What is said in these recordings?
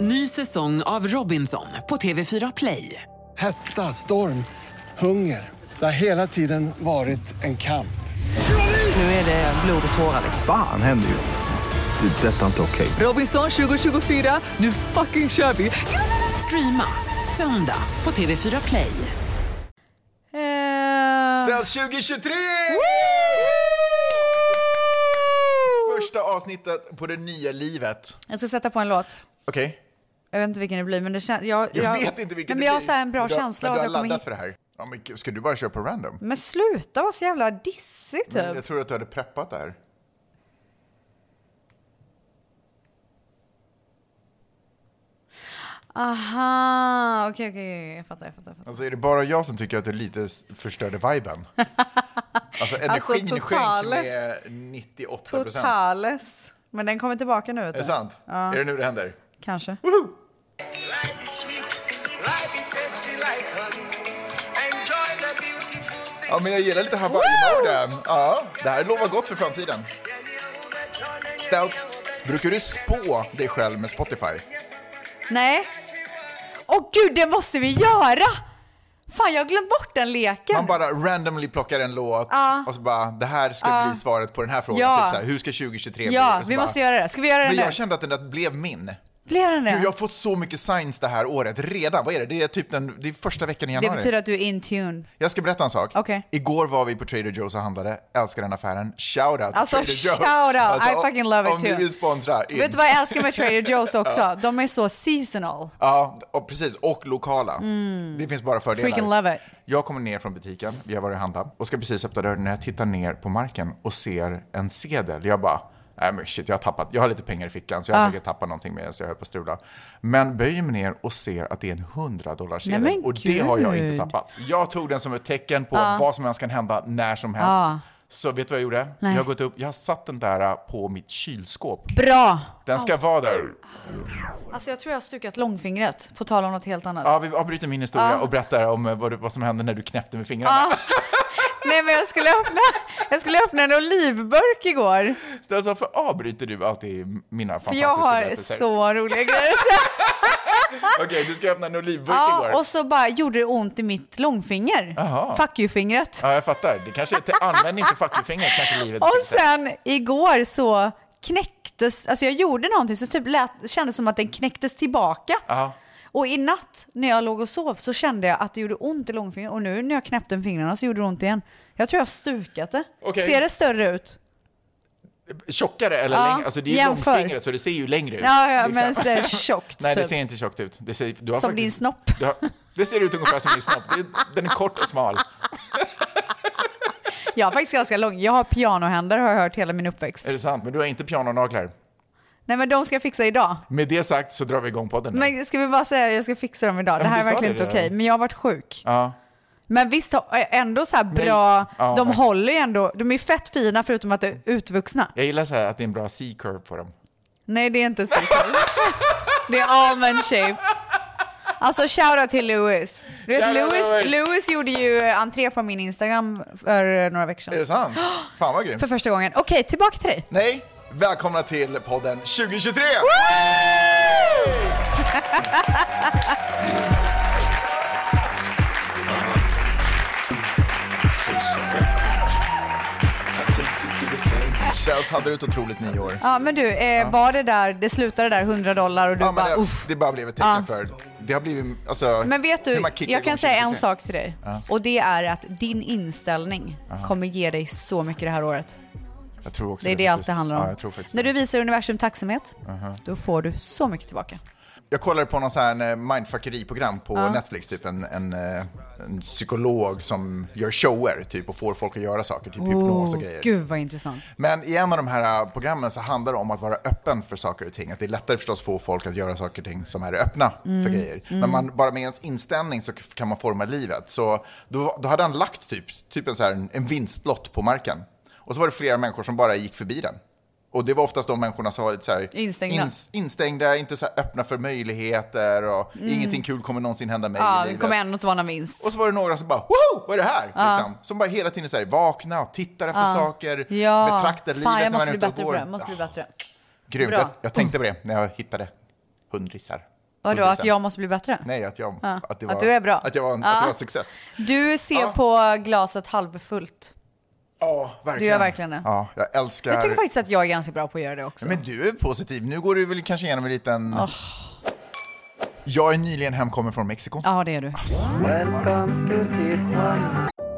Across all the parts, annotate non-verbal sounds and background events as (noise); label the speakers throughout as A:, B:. A: Ny säsong av Robinson på TV4 Play.
B: Hetta, storm, hunger. Det har hela tiden varit en kamp.
A: Nu är det blod och tårar. liksom.
C: Fan händer just nu. Det. är Detta är inte okej.
A: Robinson 2024, nu fucking kör vi! Streama söndag på TV4 Play.
D: Eh,
E: Ställs 2023! Första avsnittet på det nya livet.
D: jag ska sätta på en låt.
E: Okej?
D: Jag vet inte vilken det blir, men det känns... Jag,
E: Jag, vet inte
D: Nej,
E: vilken
D: Men
E: det
D: jag har
E: blir.
D: så här en bra
E: Men du har-
D: känsla
E: Men
D: av att
E: du har
D: jag kommer
E: laddat
D: hit.
E: för det här. Ja, men gud, ska du bara köra på random?
D: Men sluta vara så jävla dissig typ.
E: Jag tror att du hade preppat det här.
D: Aha, okej okej, okej, jag fattar, jag fattar. Jag fattar.
E: Alltså är det bara jag som tycker att du lite s- förstörde
D: (laughs)
E: viben? Alltså
D: Alltså,
E: energin sjönk
D: totales-
E: med 98 procent.
D: Totales. Men den kommer tillbaka nu. typ.
E: Är det sant? Är det nu det händer?
D: Kanske.
F: Life is sweet, life is tasty like honey. Enjoy the beautiful
E: Ja, men jag gillar lite Hawaii-morden. Ja, det här lovar gott för framtiden. Ställs, brukar du spå dig själv med Spotify?
D: Nej. Åh gud, det måste vi göra! Fan, jag har glömt bort den leken.
E: Man bara randomly plockar en låt och så bara, det här ska bli svaret på den här frågan.
D: Ja.
E: Typ så här, hur ska 2023 bli?
D: Ja,
E: Och så
D: vi
E: bara,
D: måste göra det. Ska vi göra det
E: Men
D: nu?
E: jag kände att den där blev min.
D: Blir den det?
E: Gud, jag har fått så mycket signs det här året redan. Vad är det? Det är typ den, det är första veckan i
D: Det
E: januari.
D: betyder att du är in tune.
E: Jag ska berätta en sak.
D: Okej.
E: Igår var vi på Trader Joe's och handlade. Älskar den affären. Shout out
D: Alltså,
E: Trader Joe's.
D: shout out. I
E: om-
D: fucking love it
E: Alltså, Om
D: too.
E: ni vill sponsra, in.
D: Vet du vad jag älskar med Trader
E: (laughs)
D: Joe's också? De är så seasonal.
E: Ja, och precis. Och lokala. Det finns bara fördelar.
D: Mm. Freaking love it.
E: Jag kommer ner från butiken, vi har varit och handlat, och ska precis öppna dörren när jag tittar ner på marken och ser en sedel. Jag bara, nej men shit, jag har tappat, jag har lite pengar i fickan
D: Ah.
E: så jag försöker tappa någonting med så jag höll på att strula. Men böjer mig ner och ser att det är en 100 dollar sedel
D: Nej, men
E: och det har jag
D: gud. Ah.
E: inte tappat. Jag tog den som ett tecken på vad som helst kan hända när som helst.
D: Ja.
E: Så vet du vad jag gjorde?
D: Ah. Nej.
E: Jag har gått upp, jag har satt den där äh, på mitt kylskåp.
D: Bra!
E: Den ska vara där.
D: Alltså jag tror jag har stukat långfingret, på tal om något helt annat.
E: Ja, vi avbryter min historia och berättar om eh, vad, du- vad som hände när du knäppte med fingrarna.
D: Nej men jag skulle öppna, jag skulle öppna en olivburk igår.
E: Så alltså, varför avbryter du alltid mina
D: För
E: fantastiska
D: jag har
E: berättelser?
D: så
E: (laughs)
D: roliga grejer. att säga.
E: Okej, du ska öppna en olivburk
D: ja,
E: igår.
D: och så bara gjorde det ont i mitt långfinger.
E: Jaha.
D: Fuck you-fingret.
E: Ja, jag fattar. Det kanske är till användning för fuckingfingret kanske livet
D: Och
E: finns där.
D: sen igår så knäcktes, alltså jag gjorde någonting så typ lät, kändes som att den knäcktes tillbaka.
E: Ja.
D: Och i natt när jag låg och sov så kände jag att det gjorde ont i långfingret och nu när jag knäppte med fingrarna så gjorde det ont igen. Jag tror jag har stukat det.
E: Okej.
D: Ser det större ut?
E: Tjockare eller
D: Ja,
E: längre? Alltså det är ju
D: jämför.
E: långfingret så det ser ju längre ut.
D: Ja, ja
E: liksom.
D: men så är tjockt
E: (laughs) Nej, det
D: typ.
E: ser inte tjockt ut. Det ser, du har
D: Som
E: faktiskt-
D: din snopp.
E: Du har, det ser ut ungefär som din snopp. Det- Den är kort och smal.
D: Jag är faktiskt ganska lång. Jag har pianohänder har jag hört hela min uppväxt.
E: Är det sant? Men du har inte pianonaglar.
D: Nej men de ska jag fixa idag.
E: Med det sagt så drar vi igång podden nu.
D: Men ska vi bara säga att jag ska fixa dem idag? Det
E: men
D: här är
E: du sa
D: verkligen inte
E: det redan.
D: okej. Men jag har varit sjuk.
E: Ja.
D: Men visst, har- ändå så här bra.
E: Ja,
D: de
E: men-
D: håller ju ändå. De är fett fina förutom att de är utvuxna.
E: Jag gillar så här att det är en bra C-curve på dem.
D: Nej, det är inte så. det är almond shape. Alltså shoutout till Louis. Du vet,
E: Shoutout
D: Louis,
E: Louis.
D: Louis gjorde ju eh, entré på min Instagram för eh, några veckor
E: Är det
D: sedan.
E: sant? Fan vad grymt.
D: För första gången. Okej, tillbaka till dig.
E: Nej, välkomna till podden 2023! Dels hade du ett otroligt nyår.
D: Ja, men du, eh, var det där, det slutade där 100 dollar och du
E: Ja, men
D: bara
E: det,
D: uff.
E: det bara blev ett tecken för... Det har blivit... Alltså,
D: Men vet
E: hur
D: du,
E: man kickar
D: jag
E: igång
D: kan säga en
E: 2023.
D: sak till dig. Och det är att din inställning kommer ge dig så mycket det här året.
E: Jag tror också
D: Det är det allt
E: faktiskt.
D: det handlar om.
E: Ja, jag tror faktiskt
D: När
E: det.
D: du visar universum tacksamhet, då får du så mycket tillbaka.
E: Jag kollade på någon sån här eh, mindfuckeri-program på Netflix, typ en, en, eh, en psykolog som gör shower typ och får folk att göra saker, typ hypnos och grejer.
D: Gud vad intressant.
E: Men i en av de här eh, programmen så handlar det om att vara öppen för saker och ting. Att det är lättare förstås att få folk att göra saker och ting som är öppna
D: Mm.
E: för grejer. Men man, bara med ens inställning så kan man forma livet. Så då, då hade han lagt typ, typ en, så här, en vinstlott på marken. Och så var det flera människor som bara gick förbi den. Och det var oftast de människorna som var lite så här,
D: Instängda.
E: instängda, inte så här öppna för möjligheter och ingenting kul kommer någonsin hända mig
D: Mm. Ja,
E: i
D: det
E: livet.
D: kommer ändå inte vara någon vinst.
E: Och så var det några som bara “Woo, vad är det här?” liksom. Som bara hela tiden så här, vakna, tittar efter saker,
D: Ja,
E: betraktar livet
D: fan jag
E: när man
D: måste
E: är
D: bli
E: ute och
D: bättre på
E: går.
D: det. Måste bli
E: Ja,
D: bättre.
E: Grymt,
D: Bra.
E: jag, jag tänkte på det när jag hittade hundrisar.
D: Vadå,
E: Hundrisar.
D: att jag måste bli bättre?
E: Nej, att jag...
D: Ja,
E: Att, det var,
D: att du är bra.
E: Att jag var en,
D: Ja.
E: att det var en success.
D: Du ser
E: Ja.
D: på glaset halvfullt.
E: Ja, verkligen.
D: Du gör verkligen det.
E: Ja, jag älskar...
D: Jag tycker faktiskt att jag är ganska bra på att göra det också.
E: Men du är positiv. Nu går du väl kanske igenom en liten... Jag är nyligen hemkommen från Mexiko.
D: Ja, det är du.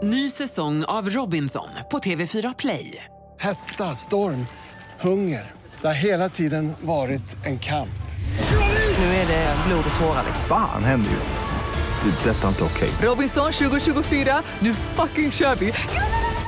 A: Ny säsong av Robinson på TV4 Play.
B: Hetta, storm, hunger. Det har hela tiden varit en kamp.
A: Nu är det blod och tårar. liksom.
C: Fan händer just nu. Det. är Detta är inte okej.
A: Robinson 2024, nu fucking kör vi!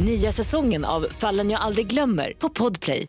G: Nya säsongen av Fallen jag aldrig glömmer på Podplay.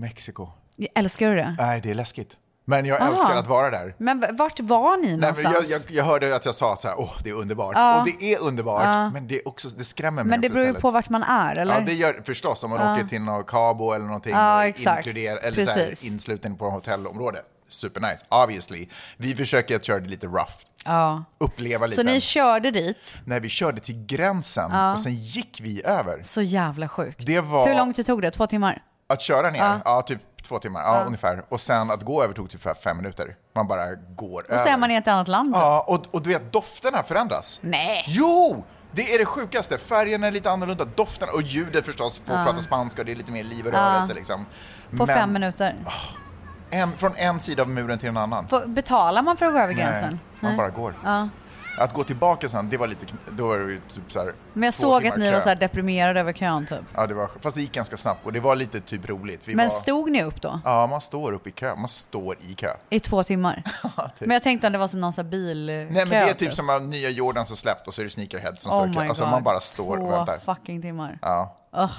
E: Mexiko.
D: Älskar du det?
E: Nej, det är läskigt. Men jag älskar att vara där.
D: Men v- vart var ni
E: Nej, men
D: någonstans?
E: jag, jag, jag hörde att jag sa att så här, åh, det är underbart. Och det är underbart, men det, är också, det skrämmer mig
D: Men det
E: också
D: beror ju
E: istället.
D: på vart man är, eller?
E: Ja, det gör förstås. Om man åker till någon Cabo eller någonting
D: Ja,
E: och
D: exakt.
E: inkluderar, eller så
D: Precis.
E: här, insluten på en hotellområde. Supernice, obviously. Vi försöker att köra det lite rough.
D: Ja.
E: Uppleva lite.
D: Så ni körde dit?
E: När vi körde till gränsen och sen gick vi över.
D: Så jävla sjukt.
E: Det var-
D: Hur lång tid tog det? Två timmar?
E: Att köra ner, ja, typ två timmar, ja, ungefär. Och sen att gå över tog typ fem minuter. Man bara går över.
D: Och så är man i ett annat land. Ja.
E: Ja, och, och du vet, dofterna förändras.
D: Nej.
E: Jo! Det är det sjukaste. Färgen är lite annorlunda, dofterna och ljudet förstås. Folk pratar spanska och det är lite mer liv och rörelse liksom.
D: På
E: Men
D: fem minuter.
E: En, från en sida av muren till en annan.
D: Får, betalar man för att gå över gränsen?
E: Nej, man bara går. Att gå tillbaka sen, det var lite... kn- Då var det ju typ så här,
D: Men jag
E: två
D: såg
E: timmar
D: att ni
E: kö.
D: var så här deprimerade över kön typ.
E: Ja, det var, fast det gick ganska snabbt och det var lite typ roligt. Vi
D: Men
E: var,
D: stod ni upp då?
E: Ja, man står upp i kö. Man står i kö.
D: I två
E: (laughs)
D: timmar?
E: typ.
D: Men jag tänkte att det var så någon sån här bilkö.
E: Nej, men det är typ som att nya Jordans har släppt och så är det sneakerhead som
D: Oh
E: står i kö.
D: my
E: Alltså
D: God.
E: man bara står
D: Två
E: och väntar.
D: fucking timmar. (laughs)
E: Ja.
D: Ugh.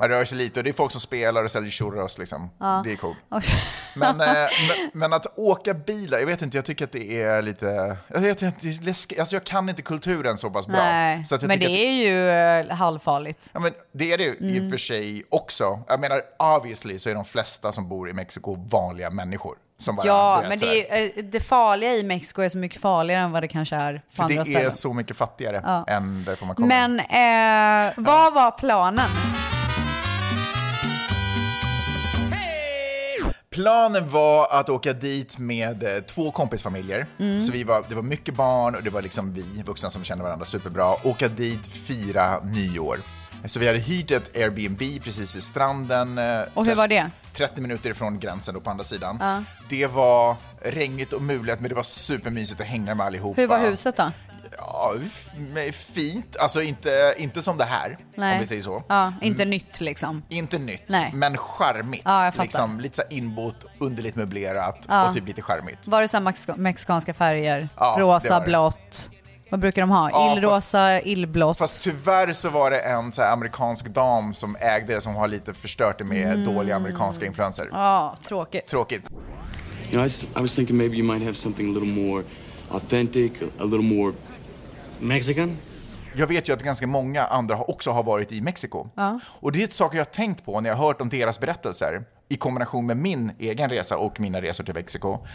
E: Man rör sig lite och det är folk som spelar och säljer churros liksom. Det är coolt.
D: Oj. (laughs)
E: Men, eh, men, men att åka bilar, jag vet inte, jag tycker att det är lite... alltså, Jag, vet inte, det är läskigt. Alltså, jag kan inte kulturen så pass bra.
D: Nej,
E: så att jag
D: men det
E: tycker att-
D: är Mm. ju eh, halvfarligt.
E: Ja, men det är det ju i och för sig också. Jag menar, obviously så är de flesta som bor i Mexiko vanliga människor. Som bara,
D: Ja,
E: du vet,
D: men
E: så här.
D: det, är, eh, det farliga i Mexiko är så mycket farligare än vad det kanske är på
E: För
D: andra
E: det är
D: ställen.
E: så mycket fattigare än därifrån man kommer.
D: Men eh, vad var planen?
E: Planen var att åka dit med eh, två kompisfamiljer.
D: Mm.
E: Så vi var, det var mycket barn och det var liksom vi vuxna som kände varandra superbra. Åka dit, fira nyår. Så vi hade hyrt ett Airbnb precis vid stranden. eh,
D: Och hur var det?
E: 30 minuter ifrån gränsen då på andra sidan. Det var regnigt och mulet men det var supermysigt att hänga med allihopa.
D: Hur var huset då?
E: Ja, f- men fint. Alltså inte, inte som det här, om vi säger så. Mm.
D: Ja, inte nytt liksom.
E: Inte nytt,
D: Nej.
E: men charmigt.
D: Ja, jag fattar.
E: liksom, lite så här inbott, underligt möblerat och typ lite charmigt.
D: Var det så här max- mexikanska färger?
E: Ja, det
D: Rosa,
E: var det.
D: blått? Vad brukar de ha?
E: Ja,
D: Illrosa, illblått?
E: Fast tyvärr så var det en så här amerikansk dam som ägde det som har lite förstört det med
D: Mm.
E: dåliga amerikanska influenser.
D: Ja, tråkigt.
E: Tråkigt.
H: You know, I, just, I was thinking maybe you might have something a little more authentic, a, a little more Mexican.
E: Jag vet ju att ganska många andra har- också har varit i Mexiko. Och det är ett saker jag har tänkt på när jag har hört om deras berättelser i kombination med min egen resa och mina resor till Mexiko.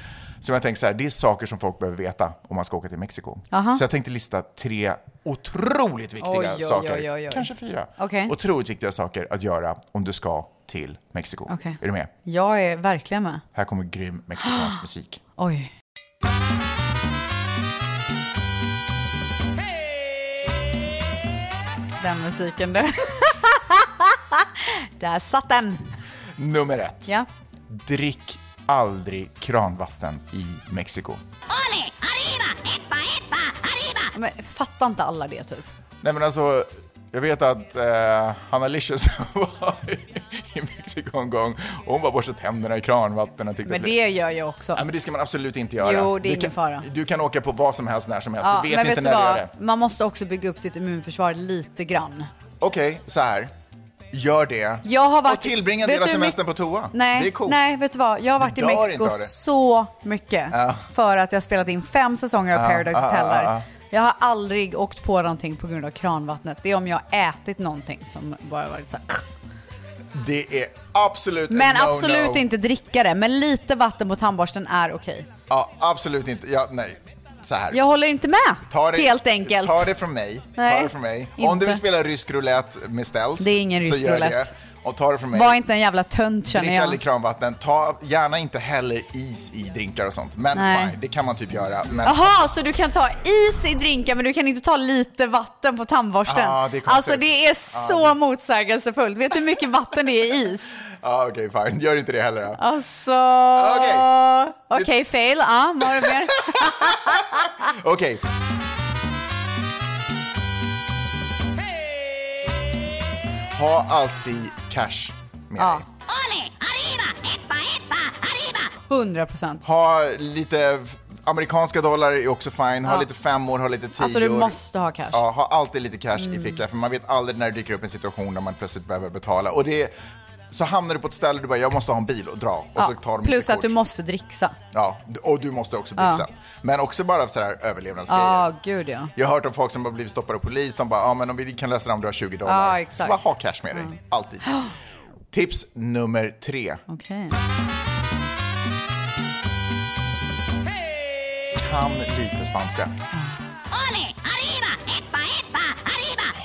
E: Så jag tänkte så här, det är saker som folk behöver veta om man ska åka till Mexiko. Så jag tänkte lista tre otroligt viktiga
D: Oj, oj,
E: saker,
D: oj, oj, oj.
E: kanske fyra,
D: Okej.
E: otroligt viktiga saker att göra om du ska till Mexiko.
D: Okej.
E: Är du med?
D: Jag är verkligen med.
E: Här kommer grym
D: (gasps)
E: mexikansk musik.
D: Oj. Den musiken du. (laughs) Där satt den.
E: Nummer ett.
D: Ja.
E: Drick aldrig kranvatten i Mexiko.
D: Men fattar inte alla det typ?
E: Nej men alltså, jag vet att eh, Hanna Licious (laughs) var i, i Mexiko en gång och hon bara borstat tänderna i kranvatten och tyckte
D: Men
E: att
D: det gör jag också.
E: Nej men det ska man absolut inte göra.
D: Jo, det är
E: du
D: ingen
E: kan,
D: fara.
E: Du kan åka på vad som helst när som helst,
D: Ja,
E: du vet
D: men
E: inte
D: vet du
E: när du gör
D: vad?
E: det.
D: Man måste också bygga upp sitt immunförsvar lite grann.
E: Okej, så här. Gör det.
D: Jag har varit,
E: och tillbringa en
D: vet
E: del av
D: du hur
E: semestern på
D: mycket-
E: toa.
D: Nej,
E: det är coolt.
D: nej, vet du vad? Jag har varit
E: Du
D: i
E: dör
D: Mexiko
E: inte av det.
D: så mycket
E: Ja.
D: för att jag har spelat in fem säsonger av
E: Ja,
D: Paradise
E: ja,
D: Hotel där.
E: ja, ja.
D: Jag har aldrig åkt på någonting på grund av kranvattnet. Det är om jag har ätit någonting som bara varit så här.
E: Det är absolut en
D: Men
E: no-no.
D: absolut inte dricka det. Men lite vatten på tandborsten är okej.
E: Ja, absolut inte. Ja, nej. Så här.
D: Jag håller inte med,
E: Ta det,
D: helt enkelt.
E: Ta det från mig.
D: Nej,
E: ta det från mig.
D: inte.
E: Om du vill spela rysk roulette med ställs
D: Det är ingen
E: så
D: rysk
E: gör
D: roulette.
E: det. Och ta det från mig.
D: Var inte en jävla tönt känner
E: Drick aldrig
D: jag.
E: kranvatten. Ta gärna inte heller is i drinkar och sånt. Men
D: Nej.
E: fine, det kan man typ göra. Men
D: Jaha, så du kan ta is i drinkar men du kan inte ta lite vatten på tandborsten?
E: Ja, det är konstigt.
D: alltså det är
E: Ja,
D: så motsägelsefullt. Vet du hur mycket vatten det är i is?
E: Ja, okej, fine. Gör inte det heller då.
D: Alltså...
E: Okej.
D: Okej, fail. Ja, vad har du mer?
E: Okej. Ha alltid cash med
D: Ja.
E: dig.
D: 100 procent.
E: Ha lite f- amerikanska dollar är också fine. Ha
D: Ja.
E: lite femmor, ha lite tior.
D: Alltså du måste ha cash. Mm.
E: Ja, ha alltid lite cash i fickan för man vet aldrig när det dyker upp en situation där man plötsligt behöver betala. Och det, så hamnar du på ett ställe och du bara, jag måste ha en bil och dra. Och så
D: Ja,
E: tar de
D: Plus
E: inte
D: att du
E: kort.
D: måste dricksa.
E: Ja, d- och du måste också blixa. Men också bara sådär överlevnadsgrejer.
D: Ja, gud ja.
E: Jag har hört om folk som har blivit stoppade av polis. De bara, ja men om vi kan lösa det om du har 20 dollar.
D: Ja, exakt. Mm.
E: Så bara ha cash med dig,
D: (gasps)
E: alltid. Tips nummer tre.
D: Okej.
E: Kan lite spanska.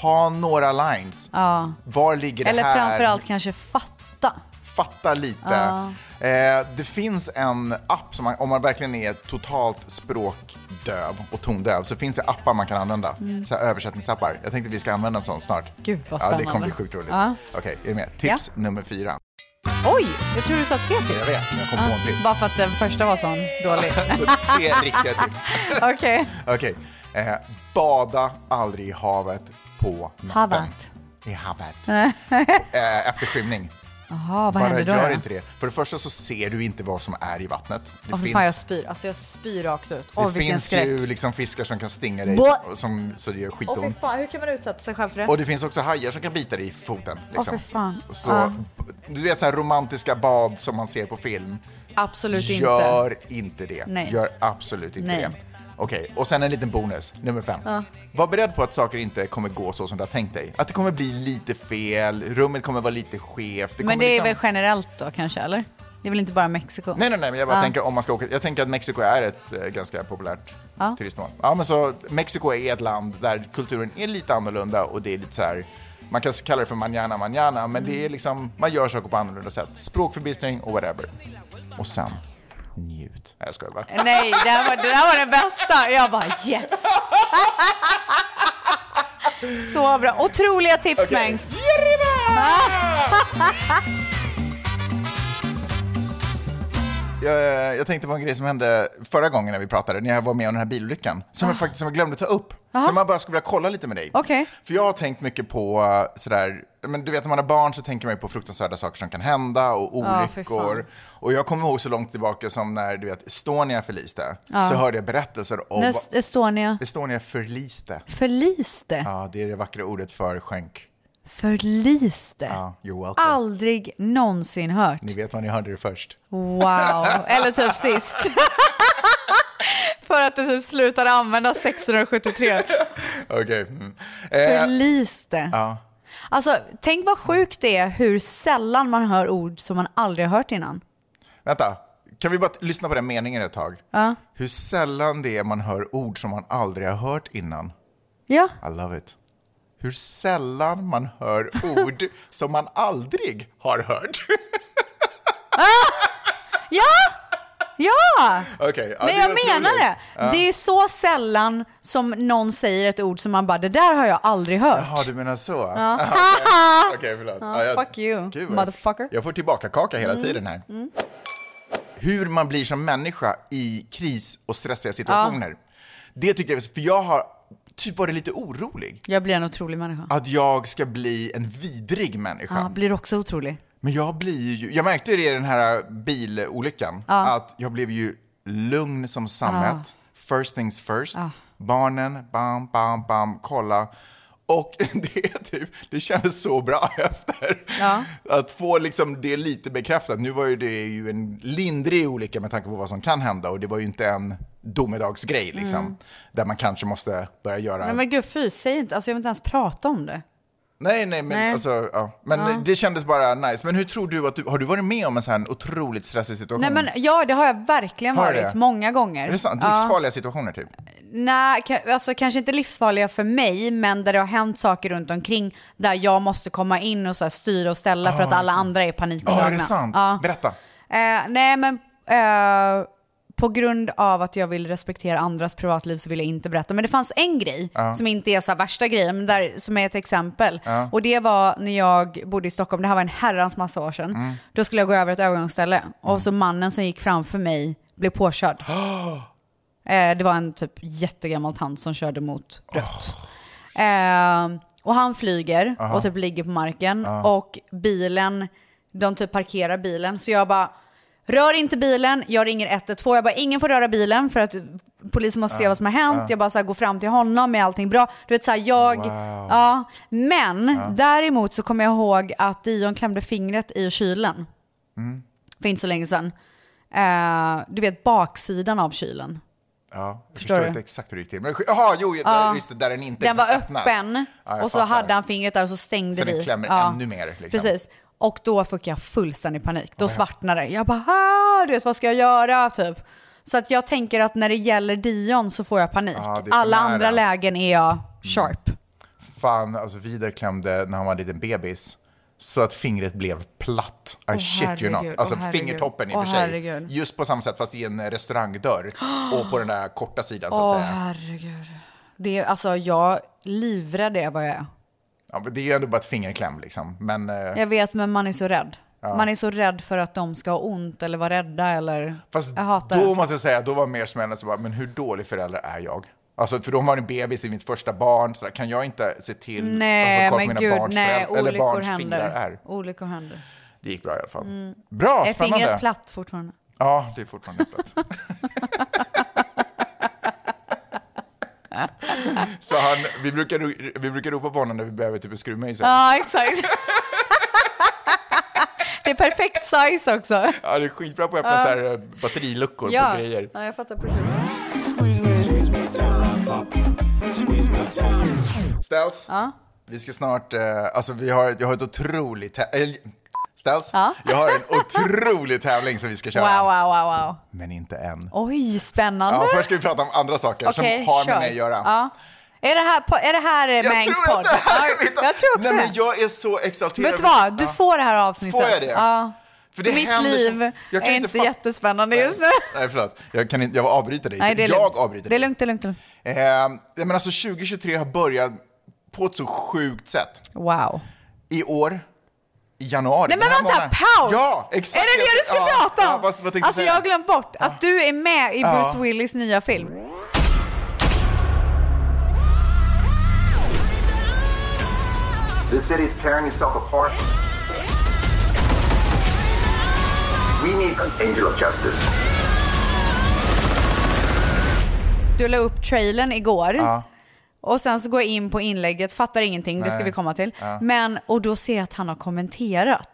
E: Ha några lines.
D: Ja.
E: Var ligger det
D: Eller
E: här?
D: framförallt kanske fatta.
E: fatta lite. Eh, det finns en app, som man, om man verkligen är totalt språkdöv och tondöv, så finns det appar man kan använda. Så här översättningsappar. Jag tänkte vi ska använda en sån snart.
D: Mm. Gud, vad
E: Ja, det kommer
D: spännande.
E: bli sjukt roligt.
D: Ja.
E: Okej, är du med? Tips nummer fyra.
D: Oj, jag tror du sa tre
E: Jag
D: tips.
E: vet, men jag kom på en till.
D: Bara för att den första var sån
E: (laughs)
D: dålig.
E: Så tre riktiga tips.
D: Okej.
E: Okej. Eh, bada aldrig i havet på natten.
D: Havet.
E: I havet. eh, efter skymning.
D: Jaha, vad
E: Bara
D: händer då?
E: gör
D: då?
E: inte det. För det första så ser du inte vad som är i vattnet. Det
D: Åh, fy fan, jag spyr. Alltså jag spyr rakt ut. Åh,
E: Det
D: vilken
E: finns
D: skräck.
E: ju liksom fiskar som kan stinga dig
D: Bå-
E: som, som, så det gör
D: Åh, fy
E: skitont.
D: fan, hur kan man utsätta sig själv för det?
E: Och det finns också hajar som kan bita dig i foten. Liksom.
D: fy fan.
E: Så,
D: Ja.
E: Du vet så här romantiska bad som man ser på film.
D: Absolut inte.
E: Gör inte det.
D: Nej.
E: Gör absolut inte
D: Nej.
E: det. Okej, och sen en liten bonus, nummer fem. Var beredd på att saker inte kommer gå så som du har tänkt dig. Att det kommer bli lite fel, rummet kommer vara lite skevt. kommer
D: Men det är
E: liksom-
D: väl generellt då kanske, eller? Det är väl inte bara Mexiko?
E: Nej, nej, nej, men jag bara tänker om man ska åka. Jag tänker att Mexiko är ett eh, ganska populärt turistmål. Ja, men så Mexiko är ett land där kulturen är lite annorlunda och det är lite så här. Man kan kalla det för manana manana, men det är liksom man gör saker på annorlunda sätt. Språkförbistring och whatever. Och sen njut. Nej, jag skojar bara.
D: Nej, det här var, det här var den bästa. Jag bara
E: (laughs)
D: yes! Så bra. Otroliga tips, Mangs. (laughs)
E: Jag, jag tänkte på en grej som hände förra gången när vi pratade, när jag var med om den här bilolyckan, som jag faktiskt som jag glömde ta upp. Som jag bara skulle vilja kolla lite med dig.
D: Ah. Okej.
E: För jag har tänkt mycket på eh, sådär, men du vet när man har barn så tänker man ju på fruktansvärda saker som kan hända och
D: Ja, för fan.
E: olyckor. och jag kommer ihåg så långt tillbaka som när du vet Estonia förliste, så hörde jag berättelser om
D: När
E: vad-
D: Estonia
E: Estonia förliste.
D: förliste.
E: Ja, det är det vackra ordet för skänk.
D: Förliste.
E: Ja, you're welcome.
D: Aldrig någonsin hört.
E: Ni vet var ni hörde det först.
D: Oh.
E: (laughs)
D: Wow. Eller typ sist. (laughs) För att det typ slutade användas 673.
E: Okej. Mm. Eh,
D: Förliste.
E: ja.
D: Alltså, tänk vad sjukt det är hur sällan man hör ord som man aldrig har hört innan.
E: Vänta, kan vi bara t- lyssna på den meningen ett tag? Ja. Hur sällan det är man hör ord som man aldrig har hört innan.
D: Ja,
E: I love it. Hur sällan man hör ord
D: (laughs)
E: som man aldrig har hört. (laughs)
D: ja!
E: Okej, ja,
D: Nej,
E: är
D: jag
E: otroligt.
D: menar det. Det är så sällan som någon säger ett ord som man bara, det där har jag aldrig hört.
E: Jaha, du menar så? Ah,
D: Haha! (laughs)
E: Okej, förlåt.
D: Ja, fuck you,
E: vad jag-
D: motherfucker. Mm.
E: Jag får tillbaka kaka hela tiden här. Hur man blir som människa i kris och stressiga situationer. Det tycker jag, för jag har typ varit lite orolig.
D: Jag blir en otrolig människa.
E: Att jag ska bli en vidrig människa.
D: Ja, blir också otrolig.
E: Men jag blir ju, jag märkte det i den här bilolyckan, att jag blev ju lugn som sammet. First things first. Barnen, bam, bam, bam, kolla. Och (laughs) det, är typ, det kändes så bra (laughs) efter.
D: Ja.
E: Att få liksom det lite bekräftat. Nu var ju det ju en lindrig olycka med tanke på vad som kan hända och det var ju inte en domedagsgrej liksom. Där man kanske måste börja göra...
D: Nej Mm. men gud fy, säg inte, alltså jag vill inte ens prata om det.
E: Nej, nej, men,
D: Nej.
E: Alltså, ja. men det kändes bara nice. Men hur tror du att du, har du varit med om en sån här otroligt stressig situation?
D: Nej men ja, det har jag verkligen
E: Har du
D: varit,
E: det?
D: många gånger.
E: Är det sant?
D: Ja.
E: Livsfarliga situationer typ?
D: Nej, ka- alltså kanske inte livsfarliga för mig, men där det har hänt saker runt omkring där jag måste komma in och så här styra och ställa för att alla andra är
E: Ja,
D: panikslagna.
E: är det sant?
D: Ja.
E: Berätta.
D: Eh, nej, men eh, på grund av att jag vill respektera andras privatliv så vill jag inte berätta. Men det fanns en grej som inte är så här värsta grejen, men där, som är ett exempel. Och det var när jag bodde i Stockholm, det här var en herrans massa år sedan. Då skulle jag gå över ett övergångsställe och så mannen som gick framför mig blev påkörd. Eh, det var en typ jättegammal tant som körde mot rött. Eh, och han flyger och typ ligger på marken och bilen, de typ parkerar bilen. Så jag bara, rör inte bilen, jag ringer 112. Jag bara, ingen får röra bilen för att polisen måste se vad som har hänt. Jag bara så här, går fram till honom, är allting bra? Du vet så här, jag... Ja. Men däremot så kommer jag ihåg att Dion klämde fingret i kylen för inte så länge sedan. Eh, du vet baksidan av kylen.
E: Ja, jag
D: Förstår
E: förstår,
D: du?
E: inte exakt hur det gick till. Men, jaha, jo, där, just det, där den inte
D: Den var
E: exakt öppnas.
D: öppen
E: Ja, jag
D: och så
E: fattar.
D: hade han fingret där och så stängde
E: Så
D: vi.
E: den klämmer ännu mer, liksom.
D: Precis. Och då fick jag fullständig panik. Då svartnade det. Jag bara, "Ah, du vet vad ska jag göra? Typ. Så att jag tänker att när det gäller Dion så får jag panik.
E: Ja, det är för
D: Alla
E: nära. Mm.
D: andra lägen är jag sharp.
E: Fan, alltså Vidar klämde när han var en liten bebis. Så att fingret blev platt. I shit you not.
D: herregud,
E: Alltså
D: åh, herregud.
E: fingertoppen i och
D: Åh,
E: för sig.
D: herregud.
E: Just på samma sätt fast i
D: (gasps)
E: en restaurangdörr. Och på den där korta sidan så
D: Åh
E: att säga.
D: herregud. Det är, alltså jag livrädd är vad jag är.
E: Ja, men det är ju ändå bara ett fingerkläm liksom. Men, eh,
D: Jag vet men man är så rädd. Man är så rädd för att de ska ha ont eller vara rädda eller...
E: Fast
D: jag hatar
E: då
D: det.
E: måste jag säga, då var mer smällen så bara, men hur dålig förälder är jag? Alltså, för då var det en bebis i mitt första barn, så där, kan jag inte se till
D: Nej
E: alltså, kolla
D: men
E: mina
D: gud,
E: barns
D: nej,
E: föräldrar- eller
D: olyckor
E: barns fingrar
D: händer.
E: är?
D: Olyckor händer.
E: Det gick bra i alla fall. Bra,
D: Är
E: spännande.
D: fingret platt fortfarande?
E: Ja, det är fortfarande platt. (laughs) så han, vi, brukar, ro- vi brukar ropa på honom när vi behöver typ en skruvmejsel.
D: Ja, exakt. (laughs) det är perfekt size också.
E: Ja, det är skitbra på att öppna så här, eh, batteriluckor
D: Ja.
E: på grejer.
D: ja, jag fattar precis.
E: Ställs, vi ska snart, eh, alltså vi har, jag har ett otroligt, tä- äh, Ställs,
D: Ja.
E: jag har en otrolig tävling som vi ska köra.
D: Wow, wow, wow, wow.
E: Men inte än.
D: Oj, spännande.
E: Ja, först ska vi prata om andra saker
D: Okej,
E: som har
D: kör.
E: med mig att göra.
D: Ja. Är det här, po- är det här eh,
E: Jag
D: Mangs
E: tror
D: podd?
E: att det här,
D: Ja, jag tror också
E: Nej, men
D: det.
E: jag är så exalterad.
D: Vet du vad? Du
E: Ja.
D: får det här avsnittet.
E: Får jag det?
D: Ja.
E: För det
D: Mitt
E: händer så-
D: liv
E: jag kan
D: är
E: inte
D: inte
E: fatta-
D: jättespännande just nu.
E: Nej, förlåt. Jag, kan inte, jag avbryter dig.
D: Nej, det är
E: jag
D: lugnt.
E: avbryter
D: Det är
E: dig.
D: lugnt, det är lugnt. det är lugnt.
E: Eh, nej, men alltså 2023 har börjat på ett så sjukt sätt.
D: Wow.
E: I år, i januari.
D: Nej men
E: den här
D: vänta,
E: månaden.
D: paus!
E: Ja, exakt.
D: Är det det du ska
E: ja,
D: prata
E: Ja,
D: om?
E: vad, vad tänkte
D: alltså
E: säga?
D: jag har glömt bort att du är med i Bruce Willis nya film.
F: The city's tearing itself apart. We need an angel of justice.
D: Du la upp trailern igår. Och sen så går jag in på inlägget, fattar ingenting, det ska vi komma till. Men, och då ser jag att han har kommenterat.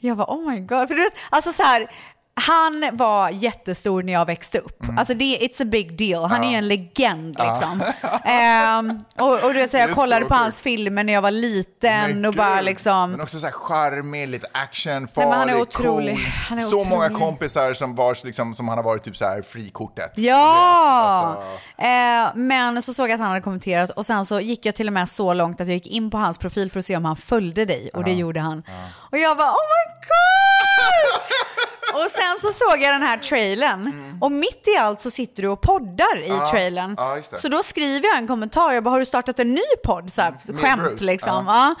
D: Jag var oh my god. För du vet, alltså så här, han var jättestor när jag växte upp.
E: Mm.
D: Alltså det, it's a big deal. Han är ju en legend liksom.
E: (laughs)
D: Ehm, och, och du vet, så här, jag
E: Det är
D: kollade
E: så
D: på hans
E: sjukt.
D: filmer när jag var liten
E: Men
D: och bara
E: gud.
D: liksom...
E: Men också så här charmig, lite action,
D: Nej,
E: farlig,
D: men han är otrolig.
E: cool.
D: Han är
E: så
D: otrolig.
E: många kompisar som, vars, liksom, som han har varit typ så här frikortet.
D: Ja!
E: Du vet, alltså.
D: Eh, men så såg jag att han hade kommenterat och sen så gick jag till och med så långt att jag gick in på hans profil för att se om han följde dig och det gjorde han. Och jag var oh my
E: (laughs)
D: god! och sen så såg jag den här trailern och mitt i allt så sitter du och poddar i trailern.
E: Mm. Ja, just det.
D: så då skriver jag en kommentar, jag bara har du startat en ny podd? Så här,
E: Mm. med
D: skämt
E: Bruce,
D: liksom.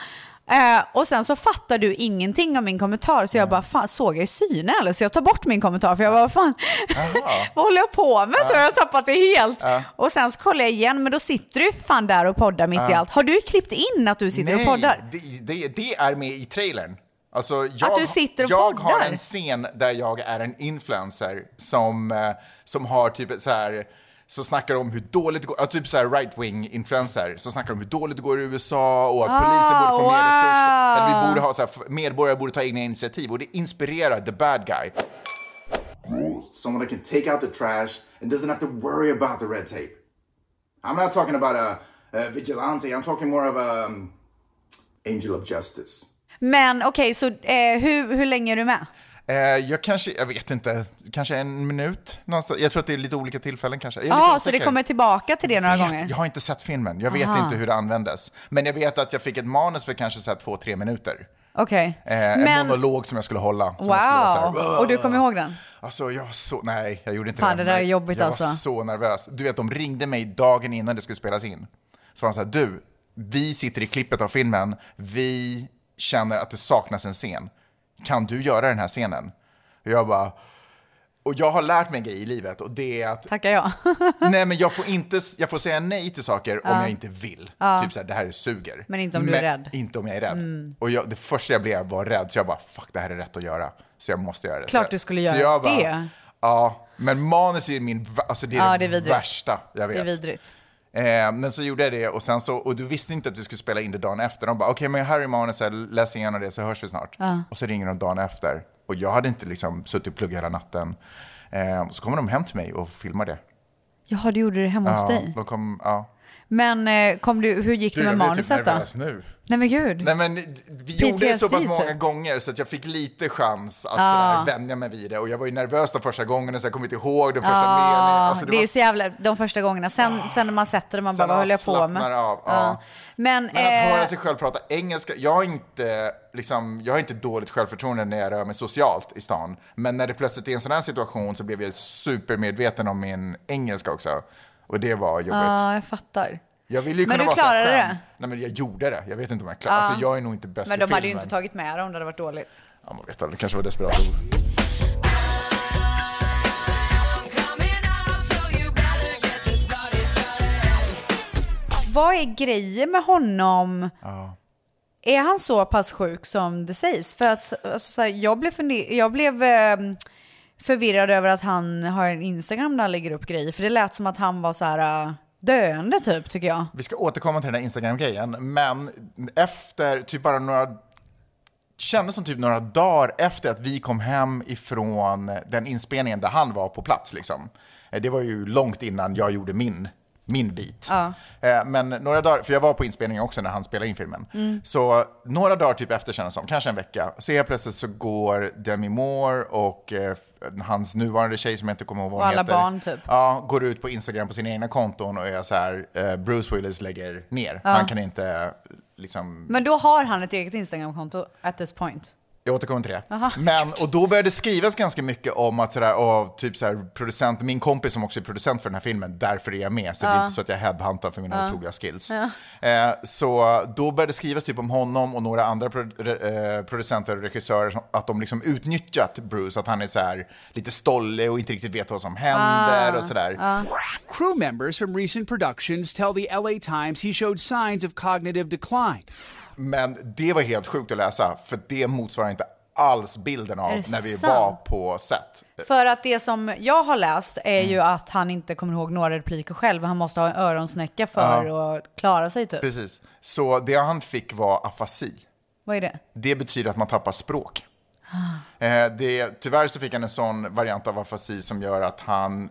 D: Ja. Eh, och sen så fattar du ingenting av min kommentar så jag bara, fan såg jag i syne eller? Så jag tar bort min kommentar för jag bara, vad fan, (laughs) vad håller jag på med? Så jag har tappat det helt. Och sen så kollar jag igen, men då sitter du fan där och poddar mitt i allt. Har du klippt in att du sitter och poddar?
E: Det, det, det är med i trailern. Alltså jag,
D: du sitter och
E: jag
D: poddar?
E: har en scen där jag är en influencer som, eh, som har typ ett så här som snackar om hur dåligt det går, ja, typ så här right-wing-influencer, som snackar om hur dåligt det går i USA och att
D: Ah,
E: polisen borde få mer resurser.
D: wow.
E: Att vi borde ha så här, f- medborgare borde ta egna initiativ och det inspirerar the bad guy. Someone that can take out the trash and doesn't have to worry about the red tape. I'm not talking about a, a vigilante, I'm talking more of a um, angel of justice.
D: Men okej, så eh, hur, hur länge är du med?
E: Eh, jag kanske, jag vet inte, kanske en minut någonstans. Jag tror att det är lite olika tillfällen kanske. Jag är lite
D: Ja, Ah, så det
E: osäker.
D: kommer tillbaka till det några
E: Jag vet-
D: gånger?
E: Jag har inte sett filmen, jag vet
D: Aha.
E: inte hur det användes. Men jag vet att jag fick ett manus för kanske så här två, tre minuter.
D: Okej.
E: Eh, en
D: Men-
E: monolog som jag skulle hålla. Som
D: Wow,
E: jag skulle vara så här,
D: och du kommer ihåg den?
E: Alltså jag var så, nej jag gjorde inte
D: Fan, det där är
E: men
D: jobbigt
E: jag
D: alltså.
E: var så nervös. Du vet de ringde mig dagen innan det skulle spelas in. Så var de så här, du, vi sitter i klippet av filmen, vi känner att det saknas en scen. Kan du göra den här scenen? Och jag bara, och jag har lärt mig en grej i livet och det är att
D: Tackar jag. (laughs)
E: Nej men jag får, inte, jag får säga nej till saker om jag inte vill. Typ såhär, det här är suger.
D: Men inte om du är rädd. Mm.
E: Inte om jag är rädd. Och jag, det första jag blev var rädd, så jag bara fuck det här är rätt att göra. Så jag måste göra det.
D: Klart
E: så,
D: du skulle
E: så
D: göra
E: jag
D: det.
E: Ja, men manus är min, va- alltså det är
D: Ja,
E: det,
D: det är vidrigt.
E: värsta jag
D: Det är
E: vet.
D: vidrigt.
E: Eh, men så gjorde jag det och sen så, och du visste inte att vi skulle spela in det dagen efter. De bara, okej men här är manuset, läs igenom det så hörs vi snart. Och så ringer de dagen efter. Och jag hade inte liksom suttit och pluggat hela natten. Eh, så kommer de hem till mig och filmar det.
D: Jaha, du gjorde det hemma hos
E: ja,
D: dig.
E: De kom, ja.
D: Men eh, kom du, hur gick det med manuset då?
E: typ nu.
D: Nej men gud.
E: Nej men vi gjorde det så pass
D: PTSD
E: många
D: typ.
E: gånger så att jag fick lite chans att sådär, vänja mig vid det. Och jag var ju nervös de första gångerna så jag kom inte ihåg den första meningen.
D: Ja,
E: Alltså,
D: det,
E: var Ah.
D: är så jävla, de första gångerna. Sen, sen när man sätter det, man bara,
E: Sen
D: vad
E: man
D: höll jag på med?
E: slappnar av, ja.
D: Men,
E: Men att
D: eh,
E: höra sig själv prata engelska, jag har inte, liksom, jag har inte dåligt självförtroende när jag rör mig socialt i stan. Men när det plötsligt är en sån här situation så blev jag supermedveten om min engelska också. Och det var jobbigt.
D: ja, jag fattar.
E: Jag ville ju
D: Men
E: kunna
D: du
E: vara så här
D: klarade
E: skön.
D: det?
E: Nej men jag gjorde det, jag vet inte om jag klarade Alltså jag är nog inte bäst
D: Men
E: i
D: de hade ju
E: filmen.
D: inte tagit med det om det hade varit dåligt.
E: Ja, man vet aldrig, det kanske var desperat.
D: Vad är grejen med honom? Är han så pass sjuk som det sägs? För att alltså, så här, jag blev, funde- jag blev eh, förvirrad över att han har en Instagram där han lägger upp grejer. För det lät som att han var så här eh, döende typ, tycker jag.
E: Vi ska återkomma till den här Instagram-grejen, men efter typ bara några kändes som typ några dagar efter att vi kom hem ifrån den inspelningen där han var på plats. Liksom. Eh, Det var ju långt innan jag gjorde min, min bit. Eh, Men några dagar, för jag var på inspelningen också när han spelade in filmen.
D: Mm.
E: Så några dagar typ efter kändes det som, kanske en vecka, så helt plötsligt så går Demi Moore och eh, f- hans nuvarande tjej som jag inte kommer ihåg vad
D: Och
E: hon
D: alla
E: heter.
D: barn, typ.
E: Ja, går ut på Instagram på sina egna konton och är så här, eh, Bruce Willis lägger ner. Han kan inte liksom
D: Men då har han ett eget Instagramkonto at this point.
E: jag återkommer till det. Men, och då började det skrivas ganska mycket om att sådär, av typ såhär, producent, min kompis som också är producent för den här filmen, därför är jag med. Så det är inte så att jag headhuntar för mina otroliga skills. Eh, så då började det skrivas typ om honom och några andra pro, re, eh, producenter och regissörer, som- att de liksom utnyttjat Bruce, att han är såhär, lite stolle och inte riktigt vet vad som händer
D: Ah.
E: och sådär.
I: Crew members from recent productions tell the LA Times he showed signs of cognitive decline.
E: Men det var helt sjukt att läsa, för det motsvarar inte alls bilden av
D: Är det
E: när vi
D: sant?
E: var på set.
D: För att det som jag har läst är ju
E: Mm.
D: att han inte kommer ihåg några repliker själv. Han måste ha en öronsnäcka för att klara sig typ.
E: Precis. Så det han fick var afasi.
D: Vad är det?
E: Det betyder att man tappar språk.
D: Ah.
E: Eh, det, tyvärr så fick han en sån variant av afasi som gör att han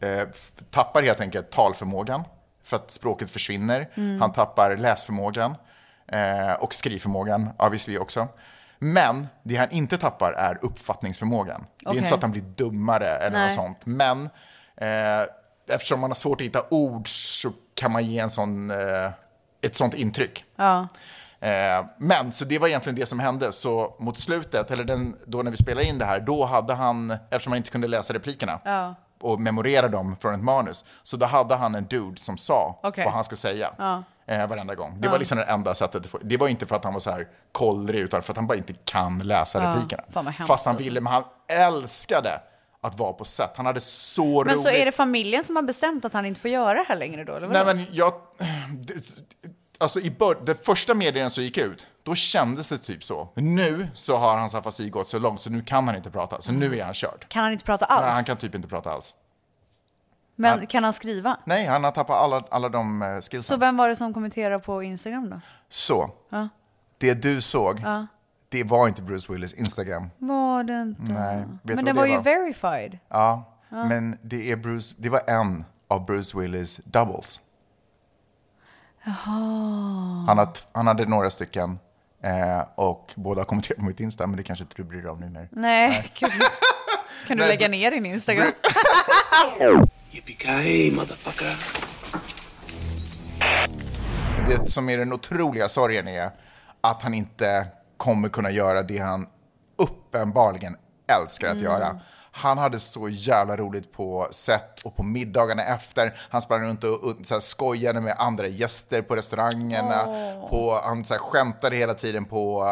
E: eh, f- tappar helt enkelt talförmågan för att språket försvinner.
D: Mm.
E: Han tappar läsförmågan eh, och skrivförmågan obviously också. Men det han inte tappar är uppfattningsförmågan. Det är
D: Okej.
E: inte så att han blir dummare eller
D: Nej.
E: något sånt. Men eh, eftersom man har svårt att hitta ord så kan man ge en sån, eh, ett sånt intryck. Eh, men så det var egentligen det som hände. Så mot slutet, eller den, då när vi spelade in det här, då hade han, eftersom han inte kunde läsa replikerna och memorera dem från ett manus, så då hade han en dude som sa
D: Okej.
E: vad han ska säga. Eh, varenda gång. Det var liksom det enda sättet. att få- Det var inte för att han var så här kollrig, utan för att han bara inte kan läsa replikerna.
D: Fan, vad hemskt
E: Fast han
D: alltså.
E: ville, men han älskade att vara på set. Han hade så roligt.
D: Men så är det familjen som har bestämt att han inte får göra det här längre då? Eller vadå?
E: Nej, men jag... det- Alltså i bör- den första medien som gick ut, då kändes det typ så. Nu så har hans afasi gått så långt så nu kan han inte prata. Så nu är han körd.
D: Kan han inte prata alls?
E: Nej, han kan typ inte prata alls.
D: Men kan han skriva?
E: Nej, han har tappat alla, alla de eh, skillsen.
D: Så
E: Så,
D: vem var det som kommenterade på Instagram då? Ja.
E: det du såg,
D: Ja.
E: det var inte Bruce Willis Instagram.
D: Var det inte?
E: Nej, vet du
D: Men
E: vad
D: den
E: det
D: var ju
E: var?
D: verified.
E: Ja,
D: Ja.
E: men det, är Bruce, det var en av Bruce Willis doubles.
D: Jaha.
E: Han, har, t- han hade några stycken eh, och båda har kommenterat på mitt Insta, men det kanske inte du bryr dig om nu mer.
D: Nej, (laughs) Gud. Kan du
E: Nej,
D: lägga ner din Instagram?
E: Yippee motherfucker. Det som är den otroliga sorgen är att han inte kommer kunna göra det han uppenbarligen älskar att
J: Mm.
E: göra. Han hade så jävla roligt på set och på middagarna efter. Han sprang runt och, och så här, skojade med andra gäster på restaurangerna.
J: Åh.
E: På, han så här, skämtade hela tiden på,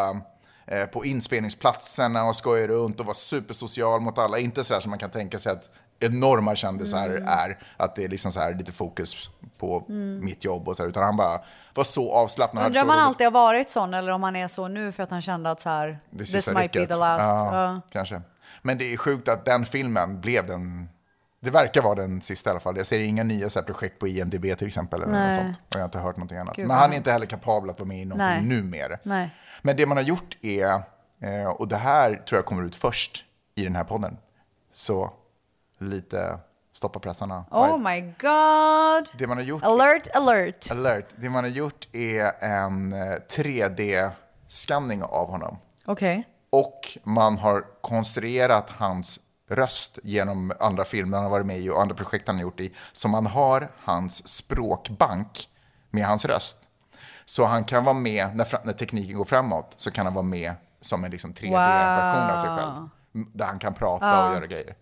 E: eh, på inspelningsplatserna och skojade runt och var supersocial mot alla. Inte så här som man kan tänka sig att enorma kändisar
J: Mm.
E: är. Att det är liksom så här lite fokus på
D: Mm.
E: mitt jobb och så här. Utan han bara var så avslappnad. hade
D: Undrar om
E: så
D: han
E: roligt.
D: alltid har varit sån eller om han är så nu för att han kände att så här,
E: Det
D: this
E: sista
D: might be
E: rycket.
D: the last.
E: Ja,
D: Ja.
E: Kanske. Men det är sjukt att den filmen blev den... Det verkar vara den sista i alla fall. Jag ser inga nya så här projekt på IMDB till exempel. Eller något
D: Nej.
E: sånt. Och jag har inte hört någonting annat.
D: Gud,
E: Men
D: vad
E: han är
D: hemskt.
E: inte heller kapabel att vara med i någonting
D: Nej.
E: nu mer.
D: Nej.
E: Men det man har gjort är, eh, och det här tror jag kommer ut först i den här podden. Så lite stoppa pressarna.
D: Oh my god.
E: Det man har gjort
D: Alert, alert.
E: Alert. Det man har gjort är en eh, 3D-skanning av honom.
D: Okej.
E: Och man har konstruerat hans röst genom andra filmer han har varit med i och andra projekt han har gjort i. Så man har hans språkbank med hans röst. Så han kan vara med, när, fra- när tekniken går framåt, så kan han vara med som en liksom 3D-version av sig själv.
D: Wow.
E: M- Där han kan prata
D: Ja.
E: och göra grejer.